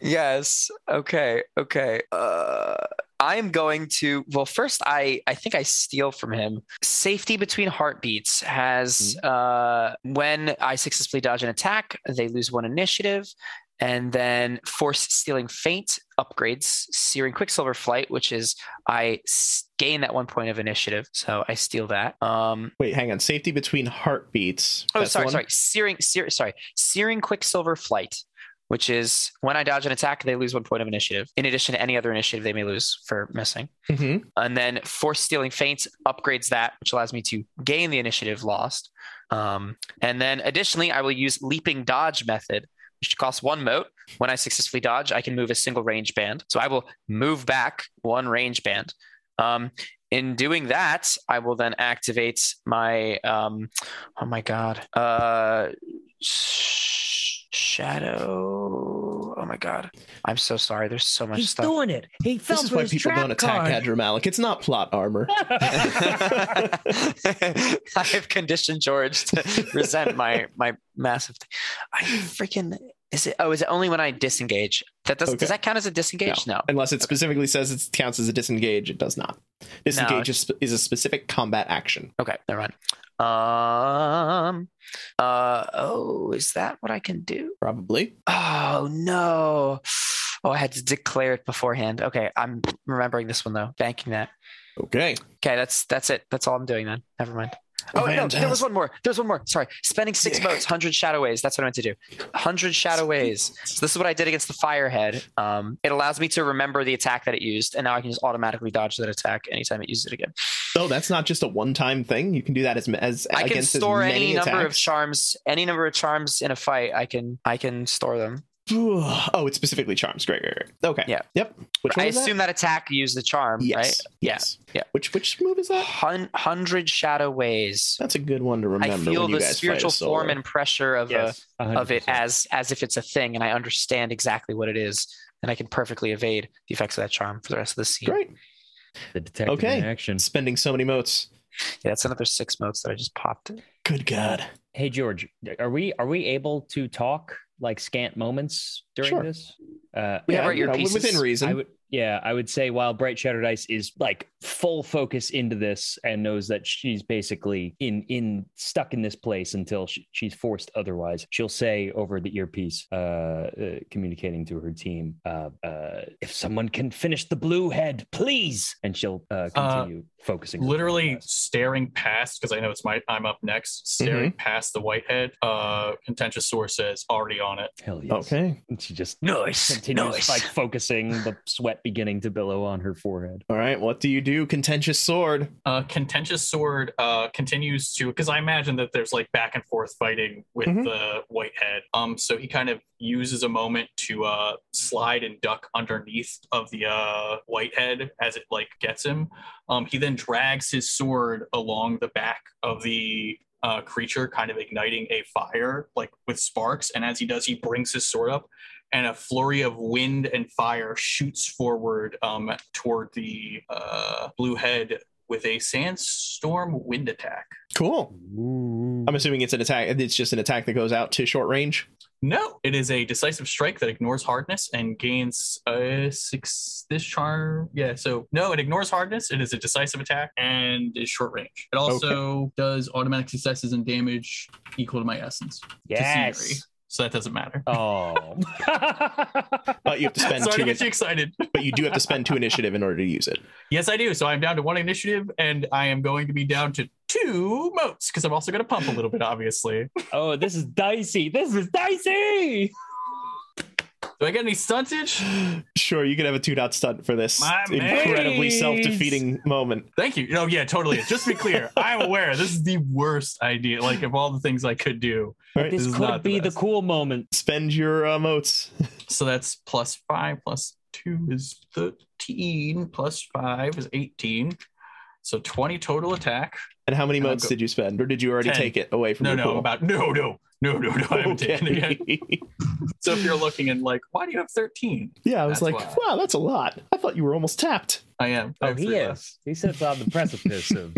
Speaker 3: Yes. Okay. Okay. Uh, I am going to. Well, first, I I think I steal from him. Safety between heartbeats has uh, when I successfully dodge an attack, they lose one initiative, and then force stealing feint upgrades searing quicksilver flight, which is I s- gain that one point of initiative, so I steal that. Um,
Speaker 1: Wait, hang on. Safety between heartbeats.
Speaker 3: Oh,
Speaker 1: That's the
Speaker 3: sorry,
Speaker 1: one?
Speaker 3: sorry. Searing, sear, sorry, searing quicksilver flight, which is when I dodge an attack, they lose one point of initiative. In addition to any other initiative they may lose for missing,
Speaker 1: Mhm.
Speaker 3: and then force stealing feint upgrades that, which allows me to gain the initiative lost. Um, and then additionally, I will use leaping dodge method, which costs one moat. When I successfully dodge, I can move a single range band. So I will move back one range band. Um, in doing that, I will then activate my um, oh my god, uh, sh- shadow. Oh my god, I'm so sorry. There's so much
Speaker 2: He's
Speaker 3: stuff.
Speaker 2: doing it. He fell
Speaker 1: This is
Speaker 2: for
Speaker 1: why
Speaker 2: his
Speaker 1: people
Speaker 2: trap
Speaker 1: don't attack Hadra Malik. It's not plot armor.
Speaker 2: card.
Speaker 3: I have conditioned George to resent my my massive. Thing. I freaking is it? Oh, is it only when I disengage? That does
Speaker 1: Okay.
Speaker 3: does that count as a disengage? No.
Speaker 1: Unless it specifically says it counts as a disengage, it does not. Disengage is, is a specific combat action.
Speaker 3: Okay, never mind. Um. Uh. Oh, is that what I can do?
Speaker 1: Probably.
Speaker 3: Oh no. Oh, I had to declare it beforehand. Okay, I'm remembering this one though. Banking that.
Speaker 1: Okay.
Speaker 3: Okay, that's that's it. That's all I'm doing then. Never mind. Oh wait, no, there was
Speaker 1: Fantastic.
Speaker 3: one more. There's one more. Sorry, spending six votes, hundred shadow ways. That's what I meant to do. Hundred shadow ways. So this is what I did against the firehead. Um, it allows me to remember the attack that it used, and now I can just automatically dodge that attack anytime it uses it again.
Speaker 1: So that's not just a one-time thing. You can do that as as
Speaker 3: I can
Speaker 1: against
Speaker 3: store
Speaker 1: as many
Speaker 3: any number of
Speaker 1: attacks.
Speaker 3: charms, any number of charms in a fight. I can I can store them.
Speaker 1: oh, it's specifically charms. Great, great, great. Okay.
Speaker 3: Yeah.
Speaker 1: Yep. Which
Speaker 3: I
Speaker 1: one was that?
Speaker 3: assume that? attack used the charm,
Speaker 1: Yes.
Speaker 3: right?
Speaker 1: Yes.
Speaker 3: Yeah.
Speaker 1: Which which move is that?
Speaker 3: Hun- hundred shadow ways.
Speaker 1: That's a good one to remember.
Speaker 3: I feel
Speaker 1: when you
Speaker 3: the
Speaker 1: guys fight a
Speaker 3: spiritual
Speaker 1: solo.
Speaker 3: form and pressure of a of
Speaker 2: 100%.
Speaker 3: it as as if it's a thing and I understand exactly what it is and I can perfectly evade the effects of that charm for the rest of the scene.
Speaker 1: Great.
Speaker 2: the detective
Speaker 1: Okay.
Speaker 2: in action.
Speaker 1: Spending so many motes.
Speaker 3: Yeah, that's another six modes that I just popped.
Speaker 1: Good God.
Speaker 2: Hey George, are we are we able to talk like scant moments during
Speaker 1: Sure.
Speaker 2: this? Uh,
Speaker 3: We
Speaker 1: Yeah,
Speaker 3: have our
Speaker 1: you know,
Speaker 3: earpieces.
Speaker 1: within reason.
Speaker 2: I would, yeah, I would say while Bright Shattered Ice is like full focus into this and knows that she's basically in in stuck in this place until she, she's forced otherwise, she'll say over the earpiece, uh, uh, communicating to her team, uh, uh, "If someone can finish the blue head, please." And she'll uh, continue focusing. her
Speaker 4: Literally
Speaker 2: focus.
Speaker 4: staring past, because I know it's my I'm up next, staring past the whitehead. Uh contentious source says already on it.
Speaker 2: Hell yes.
Speaker 1: Okay.
Speaker 2: And she just
Speaker 3: Nice.
Speaker 2: continues
Speaker 3: Nice.
Speaker 2: like focusing, the sweat beginning to billow on her forehead.
Speaker 1: All right. What do you do, contentious sword?
Speaker 4: Uh contentious sword uh continues to because I imagine that there's like back and forth fighting with
Speaker 1: Mhm.
Speaker 4: the whitehead. Um so he kind of uses a moment to uh slide and duck underneath of the uh whitehead as it like gets him. Um he then drags his sword along the back of the uh, creature kind of igniting a fire like with sparks and as he does he brings his sword up and a flurry of wind and fire shoots forward um, toward the uh, blue head with a sandstorm wind attack.
Speaker 1: Cool. I'm assuming it's an attack. It's just an attack that goes out to short range.
Speaker 4: No, it is a decisive strike that ignores hardness and gains uh, six. This charm, yeah. So no, it ignores hardness. It is a decisive attack and is short range. It also does automatic successes and damage equal to my essence.
Speaker 2: yes.
Speaker 4: so that doesn't matter.
Speaker 2: Oh.
Speaker 1: But Uh, you have to spend
Speaker 4: Sorry
Speaker 1: two,
Speaker 4: to get you excited.
Speaker 1: but you do have to spend two initiative in order to use it.
Speaker 4: Yes, I do. So I'm down to one initiative, and I am going to be down to two moats because I'm also going to pump a little bit, obviously.
Speaker 2: oh, this is dicey. This is dicey.
Speaker 4: Do I get any stuntage?
Speaker 1: Sure, you could have a two dot stunt for this
Speaker 4: My
Speaker 1: incredibly
Speaker 2: mates.
Speaker 1: self defeating moment.
Speaker 4: Thank you. No, yeah, totally. Just to be clear, I'm aware this is the worst idea. Like of all the things I could do,
Speaker 1: Right,
Speaker 2: This,
Speaker 4: this is
Speaker 2: could
Speaker 4: not the
Speaker 2: be the,
Speaker 4: best.
Speaker 2: cool moment.
Speaker 1: Spend your uh, motes.
Speaker 4: so that's plus five, plus two is thirteen, plus five is eighteen. So twenty total attack.
Speaker 1: And how many
Speaker 4: And I'll
Speaker 1: motes
Speaker 4: go-
Speaker 1: did you spend, or did you already
Speaker 4: Ten.
Speaker 1: take it away from
Speaker 4: No,
Speaker 1: your
Speaker 4: no,
Speaker 1: pool?
Speaker 4: about no, no, no, no, no. I haven't taken it yet.
Speaker 1: Okay.
Speaker 4: So if you're looking and like, why do you have thirteen?
Speaker 1: yeah, I was
Speaker 4: That's
Speaker 1: like,
Speaker 4: why.
Speaker 1: wow, that's a lot. I thought you were almost tapped,
Speaker 4: I am. I
Speaker 2: Oh,
Speaker 4: have
Speaker 2: he
Speaker 4: three
Speaker 2: is.
Speaker 4: left
Speaker 2: He sits on the precipice of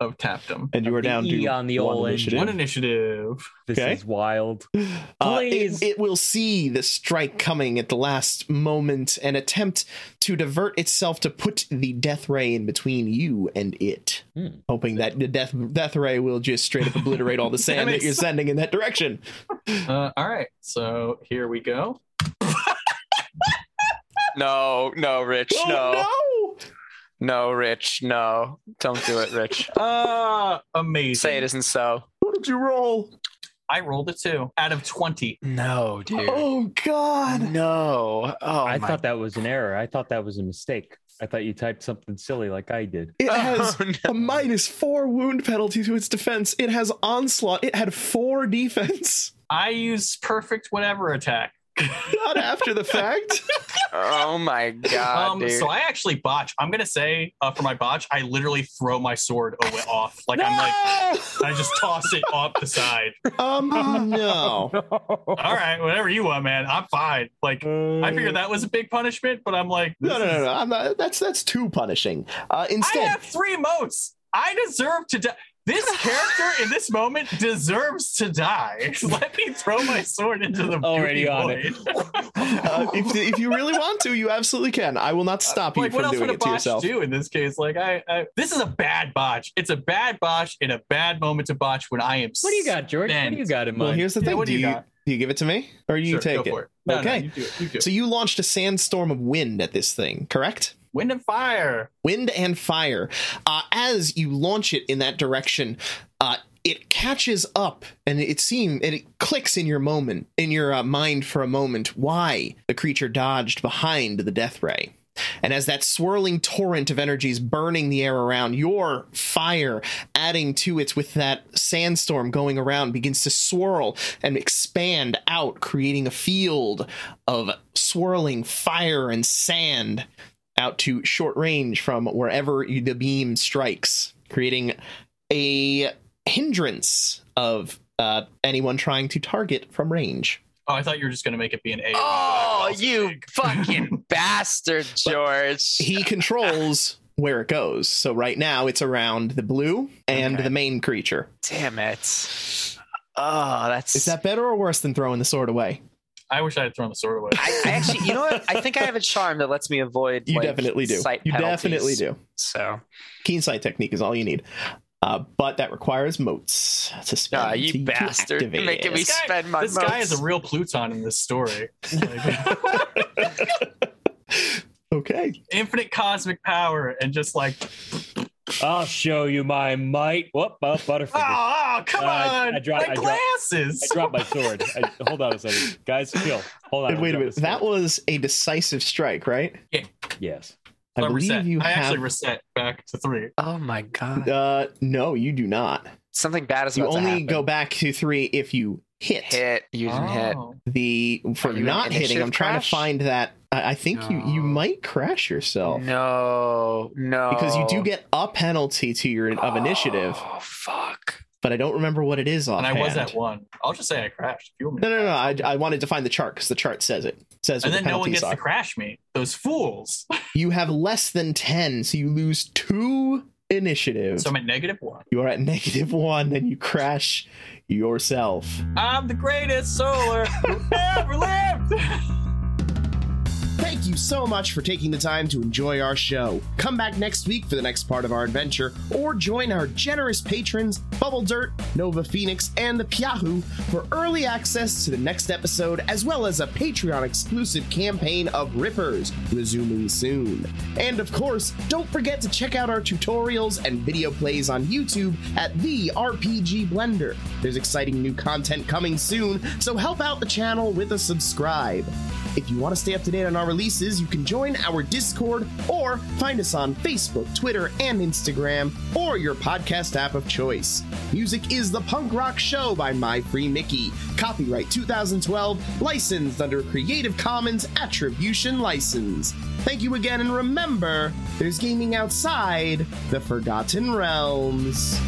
Speaker 4: of tappedom.
Speaker 1: and you were
Speaker 2: The
Speaker 1: down
Speaker 2: E
Speaker 1: to
Speaker 2: on the
Speaker 1: one
Speaker 2: old
Speaker 1: initiative.
Speaker 4: One initiative.
Speaker 2: this
Speaker 1: Okay.
Speaker 2: is wild.
Speaker 1: Uh, it-
Speaker 2: Please.
Speaker 1: it, will see the strike coming at the last moment and attempt to divert itself to put the death ray in between you and it,
Speaker 2: Hmm.
Speaker 1: hoping that the death death ray will just straight up obliterate all the sand that
Speaker 4: makes
Speaker 1: you're sending in that direction.
Speaker 4: Uh, all right, so here we go.
Speaker 3: No, no, Rich, no.
Speaker 1: Oh, no!
Speaker 3: No, Rich, no. Don't do it, Rich.
Speaker 4: Uh, amazing.
Speaker 3: Say it isn't so.
Speaker 1: What did you roll?
Speaker 4: I rolled a two out of 20.
Speaker 3: No, dude.
Speaker 1: Oh God!
Speaker 3: No. Oh,
Speaker 2: I
Speaker 3: my-
Speaker 2: thought that was an error. I thought that was a mistake. I thought you typed something silly like I did.
Speaker 1: It
Speaker 4: Uh-huh.
Speaker 3: Oh,
Speaker 1: has
Speaker 3: no.
Speaker 1: a minus four wound penalty to its defense. It has onslaught. It had four defense.
Speaker 4: I use perfect whatever attack.
Speaker 1: Not after the fact.
Speaker 3: Oh my
Speaker 1: Ah,
Speaker 3: god,
Speaker 4: Um,
Speaker 3: dude.
Speaker 4: so I actually botch. I'm gonna say uh, for my botch, I literally throw my sword away off. Like I'm like, I just toss it off the side.
Speaker 1: um, no.
Speaker 4: All right, whatever you want, man. I'm fine. Like I figured that was a big punishment, but I'm like,
Speaker 1: Mm. No,
Speaker 4: this
Speaker 1: no,
Speaker 4: is-
Speaker 1: no, no. I'm not, that's that's too punishing. Uh, instead,
Speaker 4: I have three moats. I deserve to die. This character in this moment deserves to die. Let me throw my sword into the
Speaker 2: Already
Speaker 4: beauty
Speaker 2: on
Speaker 4: void.
Speaker 2: it.
Speaker 1: uh, if, if you really want to, you absolutely can. I will not stop you
Speaker 4: Uh, Like, what
Speaker 1: from
Speaker 4: else
Speaker 1: doing
Speaker 4: would a
Speaker 1: it to
Speaker 4: botch
Speaker 1: yourself.
Speaker 4: do in this case? Like, I, I, this is a bad botch. It's a bad botch in a bad moment to botch when I am.
Speaker 2: What do you got, George? What
Speaker 4: spent.
Speaker 2: do you got in
Speaker 1: Well,
Speaker 2: mind?
Speaker 1: here's the
Speaker 4: Yeah,
Speaker 1: thing.
Speaker 4: what
Speaker 1: do
Speaker 4: do you
Speaker 1: you
Speaker 4: got?
Speaker 1: do you give it to me, or you
Speaker 4: Sure,
Speaker 1: take
Speaker 4: go
Speaker 1: it?
Speaker 4: for No, okay,
Speaker 1: Okay.
Speaker 4: no, you do it. You do it.
Speaker 1: So you launched a sandstorm of wind at this thing, correct?
Speaker 4: Wind and fire.
Speaker 1: wind and fire. Uh, as you launch it in that direction, uh, it catches up, and it seems and it clicks in your moment, in your uh, mind for a moment, why the creature dodged behind the death ray. And as that swirling torrent of energy is burning the air around, your fire adding to it with that sandstorm going around begins to swirl and expand out, creating a field of swirling fire and sand out to short range from wherever you, the beam strikes, creating a hindrance of uh, anyone trying to target from range.
Speaker 4: Oh, I thought you were just gonna make it be an A.
Speaker 3: oh, you fucking bastard, George.
Speaker 1: He controls where it goes. So right now it's around the blue and
Speaker 3: Okay.
Speaker 1: the main creature.
Speaker 3: Damn it. Oh, that's.
Speaker 1: Is that better or worse than throwing the sword away?
Speaker 4: I wish I had thrown the sword away.
Speaker 3: I, I actually, you know what? I think I have a charm that lets me avoid.
Speaker 1: You
Speaker 3: like,
Speaker 1: definitely do.
Speaker 3: Sight
Speaker 1: You definitely
Speaker 3: penalties.
Speaker 1: do.
Speaker 3: So,
Speaker 1: Keen sight technique is all you need. Uh, but that requires motes to spend.
Speaker 3: Ah, you
Speaker 1: to- to
Speaker 3: bastard. You're
Speaker 1: activate.
Speaker 3: making me
Speaker 4: This guy-
Speaker 3: spend my
Speaker 4: this guy is
Speaker 3: motes.
Speaker 4: a real Pluton in this story. Like,
Speaker 1: Okay.
Speaker 4: infinite cosmic power and just like,
Speaker 2: I'll show you my might. Whoop, oh,
Speaker 4: oh,
Speaker 2: butterfinger.
Speaker 4: oh, come
Speaker 2: Uh, I-
Speaker 4: on,
Speaker 2: I dropped-
Speaker 4: my
Speaker 2: I dropped-
Speaker 4: glasses.
Speaker 2: I dropped my sword. I, hold on a second. Guys, chill. Hold on.
Speaker 1: And
Speaker 2: I
Speaker 1: wait a
Speaker 2: dropped
Speaker 1: minute.
Speaker 2: my
Speaker 1: That
Speaker 2: sword.
Speaker 1: was a decisive strike, right?
Speaker 2: Yes.
Speaker 1: I
Speaker 4: So
Speaker 1: believe
Speaker 4: reset.
Speaker 1: you
Speaker 4: I
Speaker 1: have
Speaker 4: actually reset back to three.
Speaker 3: oh my god.
Speaker 1: Uh, no, you do not.
Speaker 3: Something bad is
Speaker 1: You
Speaker 3: about to
Speaker 1: only
Speaker 3: happen.
Speaker 1: go back to three if you hit,
Speaker 3: hit. You didn't hit.
Speaker 4: Oh.
Speaker 1: the for
Speaker 3: Are you in
Speaker 1: not hitting.
Speaker 3: initiative
Speaker 1: I'm trying
Speaker 3: crash?
Speaker 1: to find that. I, I think you you
Speaker 3: No.
Speaker 1: might crash yourself
Speaker 3: No, no.
Speaker 1: because you do get a penalty to your of initiative,
Speaker 3: Oh fuck.
Speaker 1: but I don't remember what it is
Speaker 4: And
Speaker 1: offhand.
Speaker 4: I was at one. I'll just say I crashed. If you want me to
Speaker 1: No, no, no.
Speaker 4: crash.
Speaker 1: I, I wanted to find the chart because the chart says it. It Says
Speaker 4: And
Speaker 1: what
Speaker 4: then
Speaker 1: the
Speaker 4: no one
Speaker 1: penalties
Speaker 4: gets
Speaker 1: are.
Speaker 4: to crash me. Those fools.
Speaker 1: You have less than ten, so you lose two initiative.
Speaker 4: So I'm at negative one.
Speaker 1: you are at negative one, and you crash yourself.
Speaker 4: I'm the greatest solar who ever lived.
Speaker 1: Thank
Speaker 5: Thank you so much for taking the time to enjoy our show. Come back next week for the next part of our adventure, or join our generous patrons, Bubble Dirt, Nova Phoenix, and the Piahu for early access to the next episode, as well as a Patreon exclusive campaign of Rippers, resuming soon. And of course, don't forget to check out our tutorials and video plays on YouTube at The RPG Blender. There's exciting new content coming soon, so help out the channel with a subscribe. If you want to stay up to date on our releases, you can join our Discord or find us on Facebook, Twitter, and Instagram, or your podcast app of choice. Music is The Punk Rock Show by My Free Mickey. Copyright 2012, licensed under a Creative Commons Attribution License. Thank you again, and remember, there's gaming outside the Forgotten Realms.